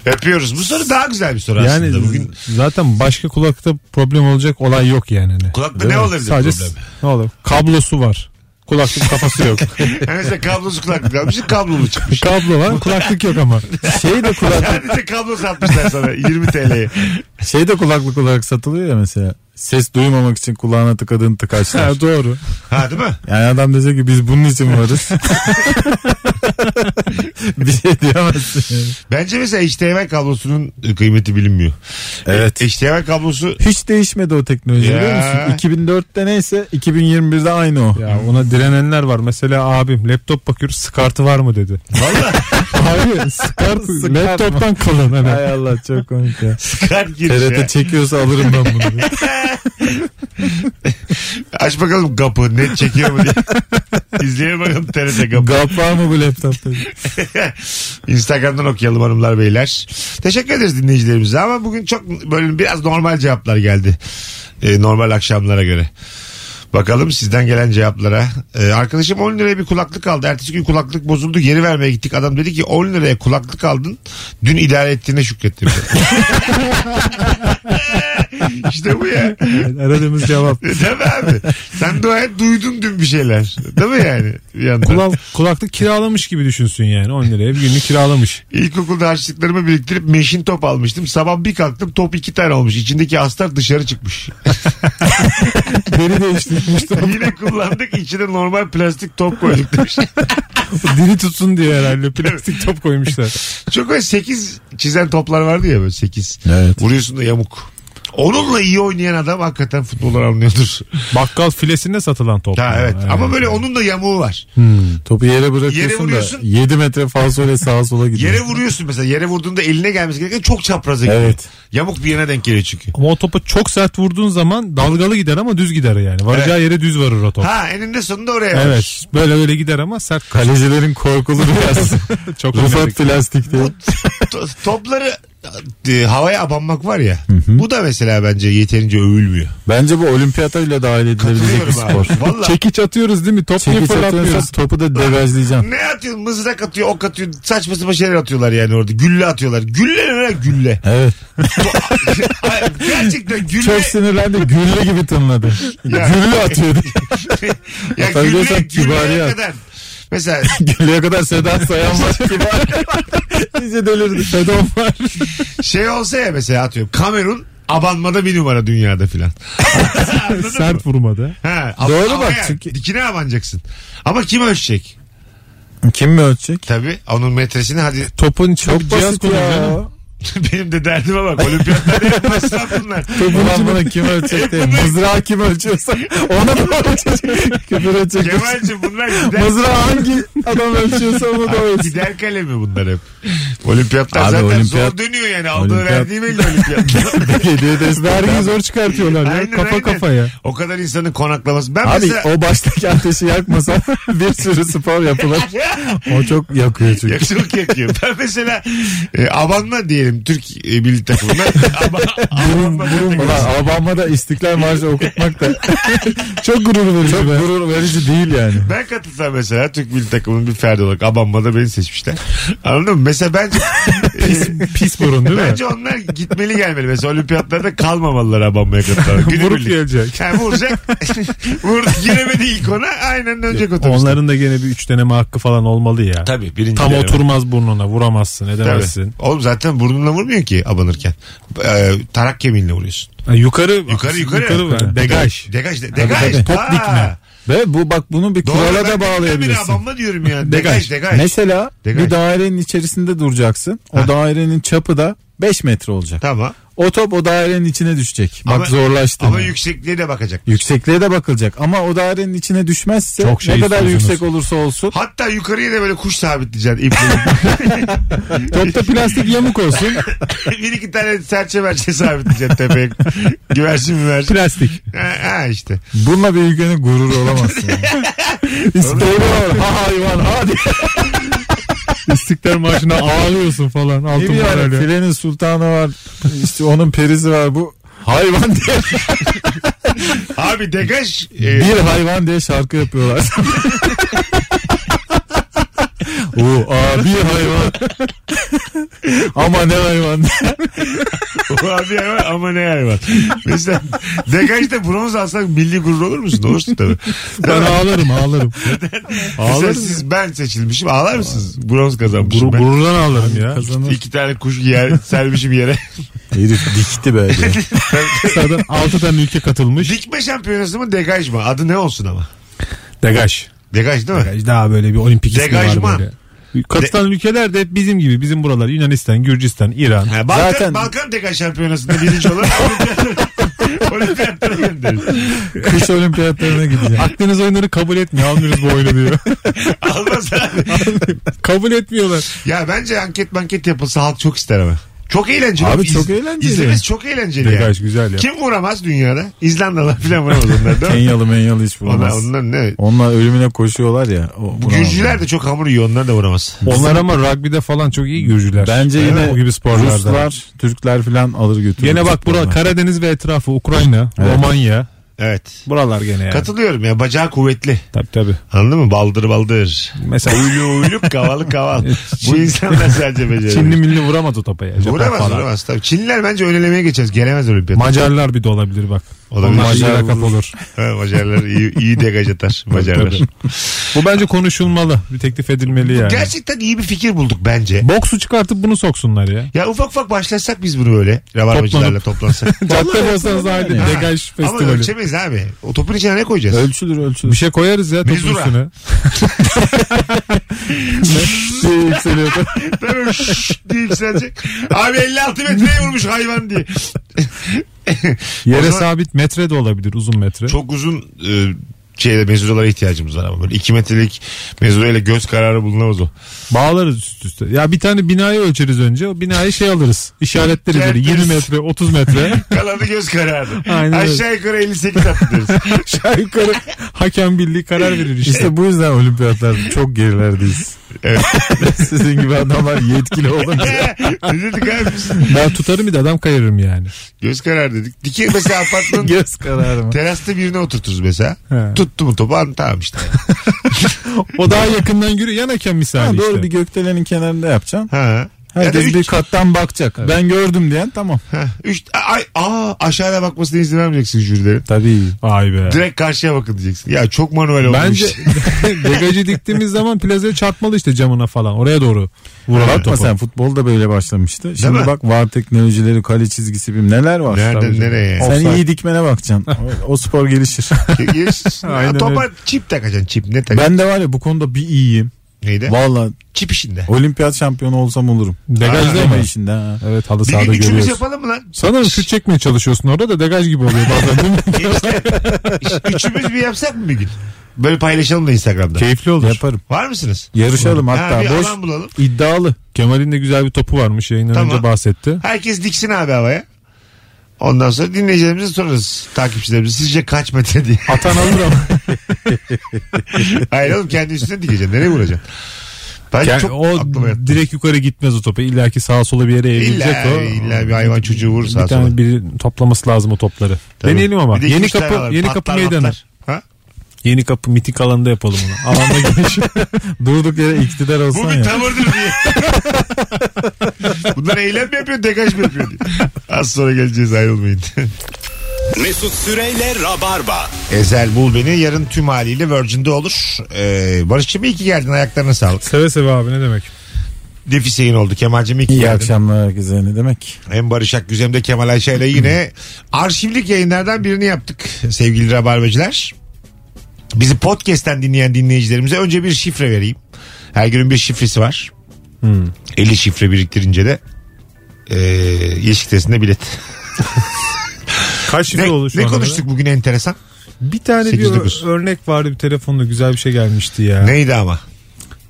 Speaker 3: Öpüyoruz. Bu soru daha güzel bir soru
Speaker 5: Yani
Speaker 3: aslında. Bugün
Speaker 5: zaten başka kulakta problem olacak olay yok yani. Hani.
Speaker 3: Kulakta
Speaker 5: Değil
Speaker 3: ne
Speaker 5: mi?
Speaker 3: olabilir
Speaker 5: Sadece
Speaker 3: problem?
Speaker 5: Ne olur? Kablosu var. Kulaklık kafası yok.
Speaker 3: mesela kablosuz kulaklık almışsın kablolu çıkmış.
Speaker 5: Bir kablo var kulaklık yok ama. Şey de kulaklık,
Speaker 3: Sadece kablo satmışlar sana 20 TL'ye.
Speaker 4: şey de kulaklık olarak satılıyor ya mesela. Ses duymamak için kulağına tıkadığın tıkaçlar.
Speaker 5: ha, doğru.
Speaker 3: Ha değil mi?
Speaker 4: Yani adam dese ki biz bunun için varız. bir şey diyemezsin. yani.
Speaker 3: Bence mesela HDMI kablosunun kıymeti bilinmiyor. E,
Speaker 4: Evet.
Speaker 3: HDMI kablosu
Speaker 4: Hiç değişmedi o teknoloji biliyor
Speaker 3: Ya.
Speaker 4: musun? 2004'te neyse 2021'de aynı o.
Speaker 5: Ya ona direnenler var. Mesela abim laptop bakıyoruz skartı var mı dedi.
Speaker 3: valla
Speaker 5: Abi skart
Speaker 4: Skart mı?
Speaker 5: laptoptan kalın. Hani.
Speaker 4: Hay Allah çok komik ya.
Speaker 3: kart giriş ya.
Speaker 4: TRT çekiyorsa alırım ben bunu.
Speaker 3: Aç bakalım kapı net çekiyor mu diye. İzleyelim bakalım TRT kapı.
Speaker 4: Gap var mı bu laptopta?
Speaker 3: Instagram'dan okuyalım hanımlar beyler. Teşekkür ederiz dinleyicilerimize ama bugün çok böyle biraz normal cevaplar geldi. Ee, normal akşamlara göre. Bakalım sizden gelen cevaplara. Ee, arkadaşım 10 liraya bir kulaklık aldı. Ertesi gün kulaklık bozuldu. Geri vermeye gittik. Adam dedi ki 10 liraya kulaklık aldın. Dün idare ettiğine şükrettim. işte bu ya.
Speaker 5: Yani aradığımız cevap.
Speaker 3: Değil mi abi? Sen dua et duydun dün bir şeyler. Değil mi yani? Bir yandan.
Speaker 5: Kulak, kulaklık kiralamış gibi düşünsün yani 10 liraya bir günlük kiralamış.
Speaker 3: İlkokulda harçlıklarımı biriktirip meşin top almıştım. Sabah bir kalktım top iki tane olmuş. İçindeki astar dışarı çıkmış.
Speaker 5: Deri değiştirmiş
Speaker 3: Yine kullandık içine normal plastik top koyduk demiş.
Speaker 5: dili tutsun diye herhalde plastik top koymuşlar.
Speaker 3: Çok böyle sekiz çizen toplar vardı ya böyle sekiz.
Speaker 4: Evet.
Speaker 3: Vuruyorsun da yamuk. Onunla iyi oynayan adam hakikaten futboldan anlıyordur.
Speaker 5: Bakkal filesinde satılan top.
Speaker 3: Ha, evet.
Speaker 5: Yani.
Speaker 3: Ama böyle onun da yamuğu var.
Speaker 4: Hmm. Topu yere bırakıyorsun
Speaker 3: vuruyorsun.
Speaker 4: da 7 metre falsoyla sağa sola gidiyor.
Speaker 3: Yere vuruyorsun mesela. Yere vurduğunda eline gelmesi gereken çok çapraza gidiyor.
Speaker 4: Evet.
Speaker 3: Yamuk bir yerine denk geliyor çünkü.
Speaker 5: Ama o topa çok sert vurduğun zaman dalgalı gider ama düz gider yani. Varacağı yere düz varır o top.
Speaker 3: Ha eninde sonunda oraya varır.
Speaker 5: Evet. Böyle böyle gider ama sert.
Speaker 4: Kalecilerin korkulu biraz.
Speaker 5: Çok
Speaker 4: Rufat
Speaker 5: oynadık.
Speaker 4: plastik diye.
Speaker 3: To- topları e, havaya abanmak var ya. Bu da mesela bence yeterince övülmüyor.
Speaker 4: Bence bu olimpiyata bile dahil edilebilecek bir
Speaker 3: Katılıyorum
Speaker 4: spor.
Speaker 3: abi. Valla.
Speaker 5: Çekiç atıyoruz değil mi? Top niye
Speaker 4: Çekiç atıyorsan
Speaker 5: fırlatmıyoruz?
Speaker 4: topu da devezleyeceksin.
Speaker 3: Ne atıyor? Mızrak atıyor, ok atıyor. Saçma sapan şeyler atıyorlar yani orada. Gülle atıyorlar. Gülle ne lan gülle?
Speaker 4: Evet.
Speaker 3: Ay, Gerçekten gülle.
Speaker 4: Çok sinirlendi. Gülle gibi tınladı.
Speaker 3: Ya.
Speaker 4: Gülle atıyor.
Speaker 3: ya gülle,
Speaker 4: Hatırlıyorsan
Speaker 3: gülle
Speaker 4: kibariyat.
Speaker 3: kadar. Mesela
Speaker 4: Gülleye kadar Seda Sayan var. İyice delirdi. Sedon var.
Speaker 3: şey olsa ya mesela atıyorum. Kamerun abanmada bir numara dünyada filan. Anladın mı?
Speaker 5: Sert vurmadı.
Speaker 3: Ha, ab-
Speaker 4: Doğru
Speaker 3: ama
Speaker 4: bak
Speaker 3: ya,
Speaker 4: çünkü-
Speaker 3: Dikine abanacaksın. Ama kim ölçecek?
Speaker 4: Kim mi ölçecek?
Speaker 3: Tabii onun metresini hadi
Speaker 5: Topun içine
Speaker 4: Çok
Speaker 5: bir cihaz
Speaker 4: basit
Speaker 5: koyuyor.
Speaker 4: ya.
Speaker 3: benim de derdime bak. Olimpiyatlarda yapmazsan bunlar.
Speaker 4: Ulan bunu kim ölçecek diye. Mızrağı kim ölçüyorsa ona da ölçecek. Küfür edecek.
Speaker 3: Kemal'cim bunlar gider.
Speaker 4: Mızrağı hangi adam ölçüyorsa onu da ölçsün.
Speaker 3: Gider kalemi bunlar hep. Olimpiyatlar
Speaker 4: Abi
Speaker 3: zaten
Speaker 4: olimpiyat-
Speaker 3: zor dönüyor yani. Aldığı
Speaker 4: Olimpiyat-
Speaker 3: verdiği belli olimpiyatlar.
Speaker 4: Hediye desin.
Speaker 5: Vergi zor çıkartıyorlar ya.
Speaker 3: Aynen,
Speaker 5: kafa
Speaker 3: aynen.
Speaker 5: kafaya.
Speaker 3: O kadar insanın konaklaması. Ben
Speaker 4: Abi
Speaker 3: mesela...
Speaker 4: o baştaki ateşi yakmasa bir sürü spor yapılır. O çok yakıyor çünkü.
Speaker 3: Yakışıklık yakıyor. Ben mesela e, Abanma diyelim Türk e, milli takımına. Aba, abanma
Speaker 4: Ulan Alabama'da İstiklal Marşı okutmak da çok gurur verici. Çok gurur verici değil yani.
Speaker 3: ben katılsam mesela Türk milli takımının bir ferdi olarak Abanma'da beni seçmişler. Anladın mı? Mesela bence
Speaker 5: Pis, pis burun değil mi?
Speaker 3: Bence onlar gitmeli gelmeli. Mesela olimpiyatlarda kalmamalılar abanmaya katılan.
Speaker 5: Vurup gelecek.
Speaker 3: Yani vuracak. Vurdu giremedi ilk ona. Aynen dönecek otobüste.
Speaker 5: Onların da gene bir üç deneme hakkı falan olmalı ya.
Speaker 3: Tabii birinci
Speaker 5: Tam
Speaker 3: deneme.
Speaker 5: oturmaz burnuna vuramazsın
Speaker 3: Tabii.
Speaker 5: edemezsin.
Speaker 3: Oğlum zaten burnunla vurmuyor ki abanırken. Ee, tarak kemiğinle vuruyorsun.
Speaker 5: Ha, yukarı
Speaker 3: Yukarı yukarı.
Speaker 5: yani, degaj.
Speaker 3: Degaj. de- Degaj.
Speaker 4: tabii. Top
Speaker 3: Aa,
Speaker 5: dikme.
Speaker 4: Ve bu bak bunu bir
Speaker 3: Doğru.
Speaker 4: kurala
Speaker 3: Ben
Speaker 4: da
Speaker 3: vitamini
Speaker 4: bağlayabilirsin.
Speaker 3: abanma diyorum ya. Degaj degaj.
Speaker 4: Mesela
Speaker 3: Degaj.
Speaker 4: bir dairenin içerisinde duracaksın. O
Speaker 3: Ha.
Speaker 4: dairenin çapı da 5 metre olacak.
Speaker 3: Tamam.
Speaker 4: O top o dairenin içine düşecek. Bak
Speaker 3: Ama-
Speaker 4: zorlaştı.
Speaker 3: Ama yüksekliğe de bakacak.
Speaker 4: Yüksekliğe de bakılacak ama o dairenin içine düşmezse
Speaker 3: Çok şey
Speaker 4: ne kadar
Speaker 3: istiyorsunuz.
Speaker 4: yüksek olursa olsun
Speaker 3: Hatta yukarıya da böyle kuş sabitleyeceksin iple.
Speaker 4: topta plastik yamuk olsun.
Speaker 3: bir iki tane serçe merçe sabitleyeceksin tepeye. Güvercin müvercin.
Speaker 4: Plastik.
Speaker 3: Ha, ha işte.
Speaker 4: Bununla bir ülkenin gururu olamazsın. İstiklal var. Ha hayvan hadi.
Speaker 5: İstiklal maaşına ağlıyorsun falan.
Speaker 4: Ne
Speaker 5: Altın
Speaker 4: bileyim hani
Speaker 5: madalya.
Speaker 4: filenin sultanı var. İşte onun perisi var bu. Hayvan diye.
Speaker 3: Abi degaj. e,
Speaker 4: bir hayvan diye şarkı yapıyorlar. Oo, aa, bir hayvan. Ama ne hayvan.
Speaker 3: O abi hayvan ama ne hayvan. Mesela degajda bronz alsak milli gurur olur musun? Olursun tabii.
Speaker 4: Ben ağlarım ağlarım.
Speaker 3: Mesela
Speaker 4: Ağlarım.
Speaker 3: siz ben seçilmişim. Ağlar mısınız? Bronz kazanmışım
Speaker 5: Gurur,
Speaker 3: ben.
Speaker 5: gururdan ağlarım ya.
Speaker 4: Kazanır.
Speaker 3: İki tane kuş yer, sermişim yere.
Speaker 4: Herif dikti be. diye.
Speaker 5: Zaten 6 tane ülke katılmış.
Speaker 3: Dikme şampiyonası mı degaj mı? Adı ne olsun ama?
Speaker 5: Degaj.
Speaker 3: Degaj değil mi?
Speaker 5: Degaj daha böyle bir olimpik ismi
Speaker 3: Degajman.
Speaker 5: var böyle. Katılan ülkeler de hep bizim gibi. Bizim buralar Yunanistan, Gürcistan, İran.
Speaker 3: Ha, Balkan,
Speaker 4: Zaten-
Speaker 3: Balkan degaj şampiyonasında birinci olan olimpiyatlara- olimpiyatlara gönderir.
Speaker 4: Kış olimpiyatlarına gideceğim.
Speaker 5: Akdeniz oyunları kabul etmiyor. Almıyoruz bu oyunu diyor.
Speaker 3: Almaz abi.
Speaker 5: kabul etmiyorlar.
Speaker 3: Ya bence anket manket yapılsa halk çok ister ama. Çok eğlenceli.
Speaker 4: Abi çok eğlenceli.
Speaker 3: İzlemesi çok eğlenceli yani.
Speaker 5: Degaj güzel ya.
Speaker 3: Kim vuramaz dünyada? İzlandalılar falan vuramaz onlar değil mi?
Speaker 4: Kenyalı menyalı hiç
Speaker 3: Onlar,
Speaker 4: bulamaz.
Speaker 3: onlar ne?
Speaker 4: Onlar ölümüne koşuyorlar ya. O,
Speaker 3: Bu Gürcüler de çok hamur yiyor onlar da vuramaz.
Speaker 5: Onlar ama rugby'de falan çok iyi Gürcüler.
Speaker 4: Bence
Speaker 5: Evet,
Speaker 4: yine
Speaker 5: o gibi sporlarda.
Speaker 4: Ruslar, Türkler falan alır götürür.
Speaker 5: Gene bak bura
Speaker 4: Futboldan.
Speaker 5: Karadeniz ve etrafı Ukrayna,
Speaker 4: Evet.
Speaker 5: Romanya.
Speaker 3: Evet.
Speaker 5: Buralar gene yani.
Speaker 3: Katılıyorum ya bacağı kuvvetli.
Speaker 5: tabii tabii.
Speaker 3: Anladın mı? Baldır baldır.
Speaker 5: Mesela
Speaker 3: Uylu uyluk kavalı kaval. Bu insanlar sadece becerir.
Speaker 5: Çinli milli vuramaz o topa ya. Japon
Speaker 3: Vuramaz
Speaker 5: falan.
Speaker 3: vuramaz tabii. Çinliler bence önlemeye geçeriz. Gelemez olimpiyata.
Speaker 5: Macarlar bir de olabilir bak.
Speaker 3: Olabilir.
Speaker 5: Onlar
Speaker 3: Macar
Speaker 5: Macar rakap olur.
Speaker 3: Ha, Macarlar iyi, iyi degaj atar. Macarlar.
Speaker 5: Bu bence konuşulmalı. Bir teklif edilmeli yani.
Speaker 3: Gerçekten iyi bir fikir bulduk bence.
Speaker 5: Boksu çıkartıp bunu soksunlar ya.
Speaker 3: Ya ufak ufak başlasak biz bunu böyle. Rabarbacılarla toplansak.
Speaker 5: Cadde Bostanız aynı.
Speaker 3: Ha,
Speaker 5: Degaj
Speaker 3: Ama
Speaker 5: festivali.
Speaker 3: ölçemeyiz abi. O topun içine ne koyacağız?
Speaker 4: Ölçülür
Speaker 5: Bir
Speaker 4: ölçülür.
Speaker 5: şey koyarız ya topun
Speaker 3: Mezura.
Speaker 5: üstüne.
Speaker 4: Diye yükseliyor.
Speaker 3: Tabii şşş diye yükselecek. Abi 56 metreye vurmuş hayvan diye. O
Speaker 5: Yere
Speaker 3: zaman-
Speaker 5: sabit metre de olabilir uzun metre.
Speaker 3: Çok uzun e, şeyde mezuralara ihtiyacımız var ama böyle 2 metrelik mezurayla göz kararı bulunamaz o.
Speaker 5: Bağlarız üst üste. Ya bir tane binayı ölçeriz önce. O binayı şey alırız. İşaretleriz böyle
Speaker 3: Kerteriz.
Speaker 5: 20 metre 30 metre.
Speaker 3: Kalanı göz kararı.
Speaker 5: Aynen öyle.
Speaker 3: Aşağı yukarı 58 attı deriz.
Speaker 5: Aşağı yukarı hakem birliği karar verir işte.
Speaker 4: İşte bu yüzden olimpiyatlarda çok gerilerdeyiz.
Speaker 3: Evet.
Speaker 4: Sizin gibi adamlar yetkili olunca.
Speaker 3: ne dedik abi biz?
Speaker 5: ben tutarım bir de adam kayırırım yani.
Speaker 3: Göz kararı dedik. Dikir mesela apartmanın
Speaker 4: Göz kararı mı?
Speaker 3: terasta birine oturturuz mesela.
Speaker 5: He.
Speaker 3: Tuttu mu topu an- tamam işte.
Speaker 5: O daha yakından yürüyor. Yan hakem misali
Speaker 4: Ha, doğru
Speaker 5: işte.
Speaker 4: bir gökdelenin kenarında yapacaksın.
Speaker 3: Ha. Ya da
Speaker 4: Herkes
Speaker 3: üç,
Speaker 4: bir kattan bakacak. Ben gördüm diyen tamam.
Speaker 3: ha, üç, ay, aa, aşağıda bakmasına izin vermeyeceksin jürilerin.
Speaker 4: Tabii.
Speaker 5: Vay be.
Speaker 3: Direkt karşıya bakın diyeceksin. Ya çok manuel olmuş.
Speaker 5: Bence degajı diktiğimiz zaman plazaya çarpmalı işte camına falan. Oraya doğru vuralım
Speaker 4: Bakma
Speaker 5: topu.
Speaker 4: sen futbolda böyle başlamıştı.
Speaker 3: mi?
Speaker 4: Şimdi bak var teknolojileri, kale çizgisi bilmem neler var.
Speaker 3: Nereden
Speaker 4: Tabii canım.
Speaker 3: nereye?
Speaker 4: Sen
Speaker 5: Offside.
Speaker 4: iyi dikmene bakacaksın. O- o spor gelişir.
Speaker 3: Yes.
Speaker 5: Aynen
Speaker 3: Topa çip takacaksın. Çip ne takacaksın?
Speaker 4: Ben de var ya bu konuda bir iyiyim.
Speaker 3: Neydi?
Speaker 4: Valla
Speaker 3: Çip işinde.
Speaker 4: olimpiyat şampiyonu olsam olurum.
Speaker 5: Degajda
Speaker 4: Degajda
Speaker 5: mı?
Speaker 4: işinde ha.
Speaker 5: Evet halı
Speaker 3: Bir gün
Speaker 5: sahada
Speaker 3: üçümüz
Speaker 5: görüyoruz.
Speaker 3: yapalım mı lan?
Speaker 5: Sanırım şut çekmeye çalışıyorsun orada da degaj gibi oluyor bazen değil mi?
Speaker 3: İşte, üçümüz bir yapsak mı bir gün? Böyle paylaşalım da Instagram'da.
Speaker 5: Keyifli olur.
Speaker 4: Yaparım.
Speaker 3: Var mısınız?
Speaker 4: Yarışalım
Speaker 3: ha,
Speaker 4: hatta
Speaker 3: bir
Speaker 4: boş
Speaker 3: alan bulalım.
Speaker 5: İddialı. Kemal'in de güzel bir topu varmış yayından
Speaker 3: Tamam.
Speaker 5: önce bahsetti.
Speaker 3: Herkes diksin abi havaya. Ondan sonra dinleyicilerimize sorarız. Takipçilerimize sizce kaç metre diye.
Speaker 5: Atan alır ama.
Speaker 3: Hayır oğlum kendi üstüne dikeceksin. Nereye vuracaksın? Ben
Speaker 5: Yani
Speaker 3: çok
Speaker 5: o
Speaker 3: aklıma yattı.
Speaker 5: direkt yukarı gitmez o topu. İlla ki sağa sola bir yere evrilecek
Speaker 3: İlla,
Speaker 5: o.
Speaker 3: illa bir hayvan çocuğu vurur sağa
Speaker 5: Bir tane
Speaker 3: sola.
Speaker 5: biri toplaması lazım o topları.
Speaker 3: Tabii.
Speaker 5: Deneyelim ama.
Speaker 3: Bir de iki
Speaker 5: Yeni
Speaker 3: üç tane
Speaker 5: kapı,
Speaker 3: alır.
Speaker 5: yeni kapı
Speaker 3: Patlar,
Speaker 5: meydanı.
Speaker 3: patlar. Ha?
Speaker 5: Yeni kapı mitik alanda yapalım bunu. Alanda geniş.
Speaker 4: durduk yere iktidar
Speaker 3: Bu
Speaker 4: olsan
Speaker 3: bir
Speaker 4: ya.
Speaker 3: tavırdır diye. Bunlar eylem mi yapıyor, degaj mı yapıyor diye. Az sonra geleceğiz ayrılmayın.
Speaker 2: Mesut Süreyle Rabarba.
Speaker 3: Ezel bul beni yarın tüm haliyle Virgin'de olur. Ee, Barış'cığım iyi ki geldin ayaklarına sağlık.
Speaker 5: Seve seve abi ne demek?
Speaker 3: Nefis yayın oldu Kemal'cim iyi ki
Speaker 4: İyi
Speaker 3: geldin.
Speaker 4: akşamlar herkese ne demek.
Speaker 3: Hem Barış Akgüz hem de Kemal Ayşe ile yine arşivlik yayınlardan birini yaptık sevgili Rabarbacılar. Bizi podcast'ten dinleyen dinleyicilerimize önce bir şifre vereyim. Her günün bir şifresi var. 50 şifre biriktirince de e, Yeşiktaş'ında bilet.
Speaker 5: Kaç
Speaker 3: ne,
Speaker 5: lira olur şu
Speaker 3: ne
Speaker 5: ana
Speaker 3: konuştuk bugün enteresan?
Speaker 5: Bir tane
Speaker 3: Sekiz,
Speaker 5: bir ö-
Speaker 3: dokuz.
Speaker 5: örnek vardı bir telefonda güzel bir şey gelmişti ya.
Speaker 3: Neydi ama?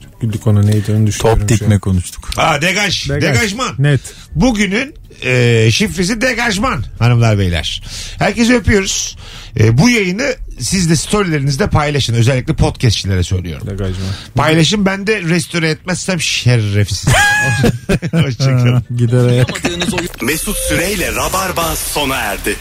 Speaker 5: Çok güldük ona neydi onu düşünüyorum.
Speaker 4: Top
Speaker 5: şu an.
Speaker 4: dikme konuştuk.
Speaker 3: Aa degaj.
Speaker 5: Degaj.
Speaker 3: Degajman.
Speaker 5: Net.
Speaker 3: Bugünün e, şifresi degajman hanımlar beyler. Herkesi öpüyoruz. E, bu yayını siz de storylerinizde paylaşın. Özellikle podcastçilere söylüyorum.
Speaker 5: Degajman.
Speaker 3: Paylaşın ben de restore etmezsem şerefsiz. Hoşçakalın.
Speaker 4: Gider ayak.
Speaker 2: Mesut Süreyle Rabarba sona erdi.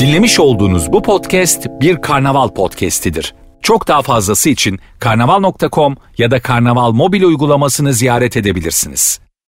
Speaker 1: Dinlemiş olduğunuz bu podcast bir karnaval podcastidir. Çok daha fazlası için karnaval.com ya da karnaval mobil uygulamasını ziyaret edebilirsiniz.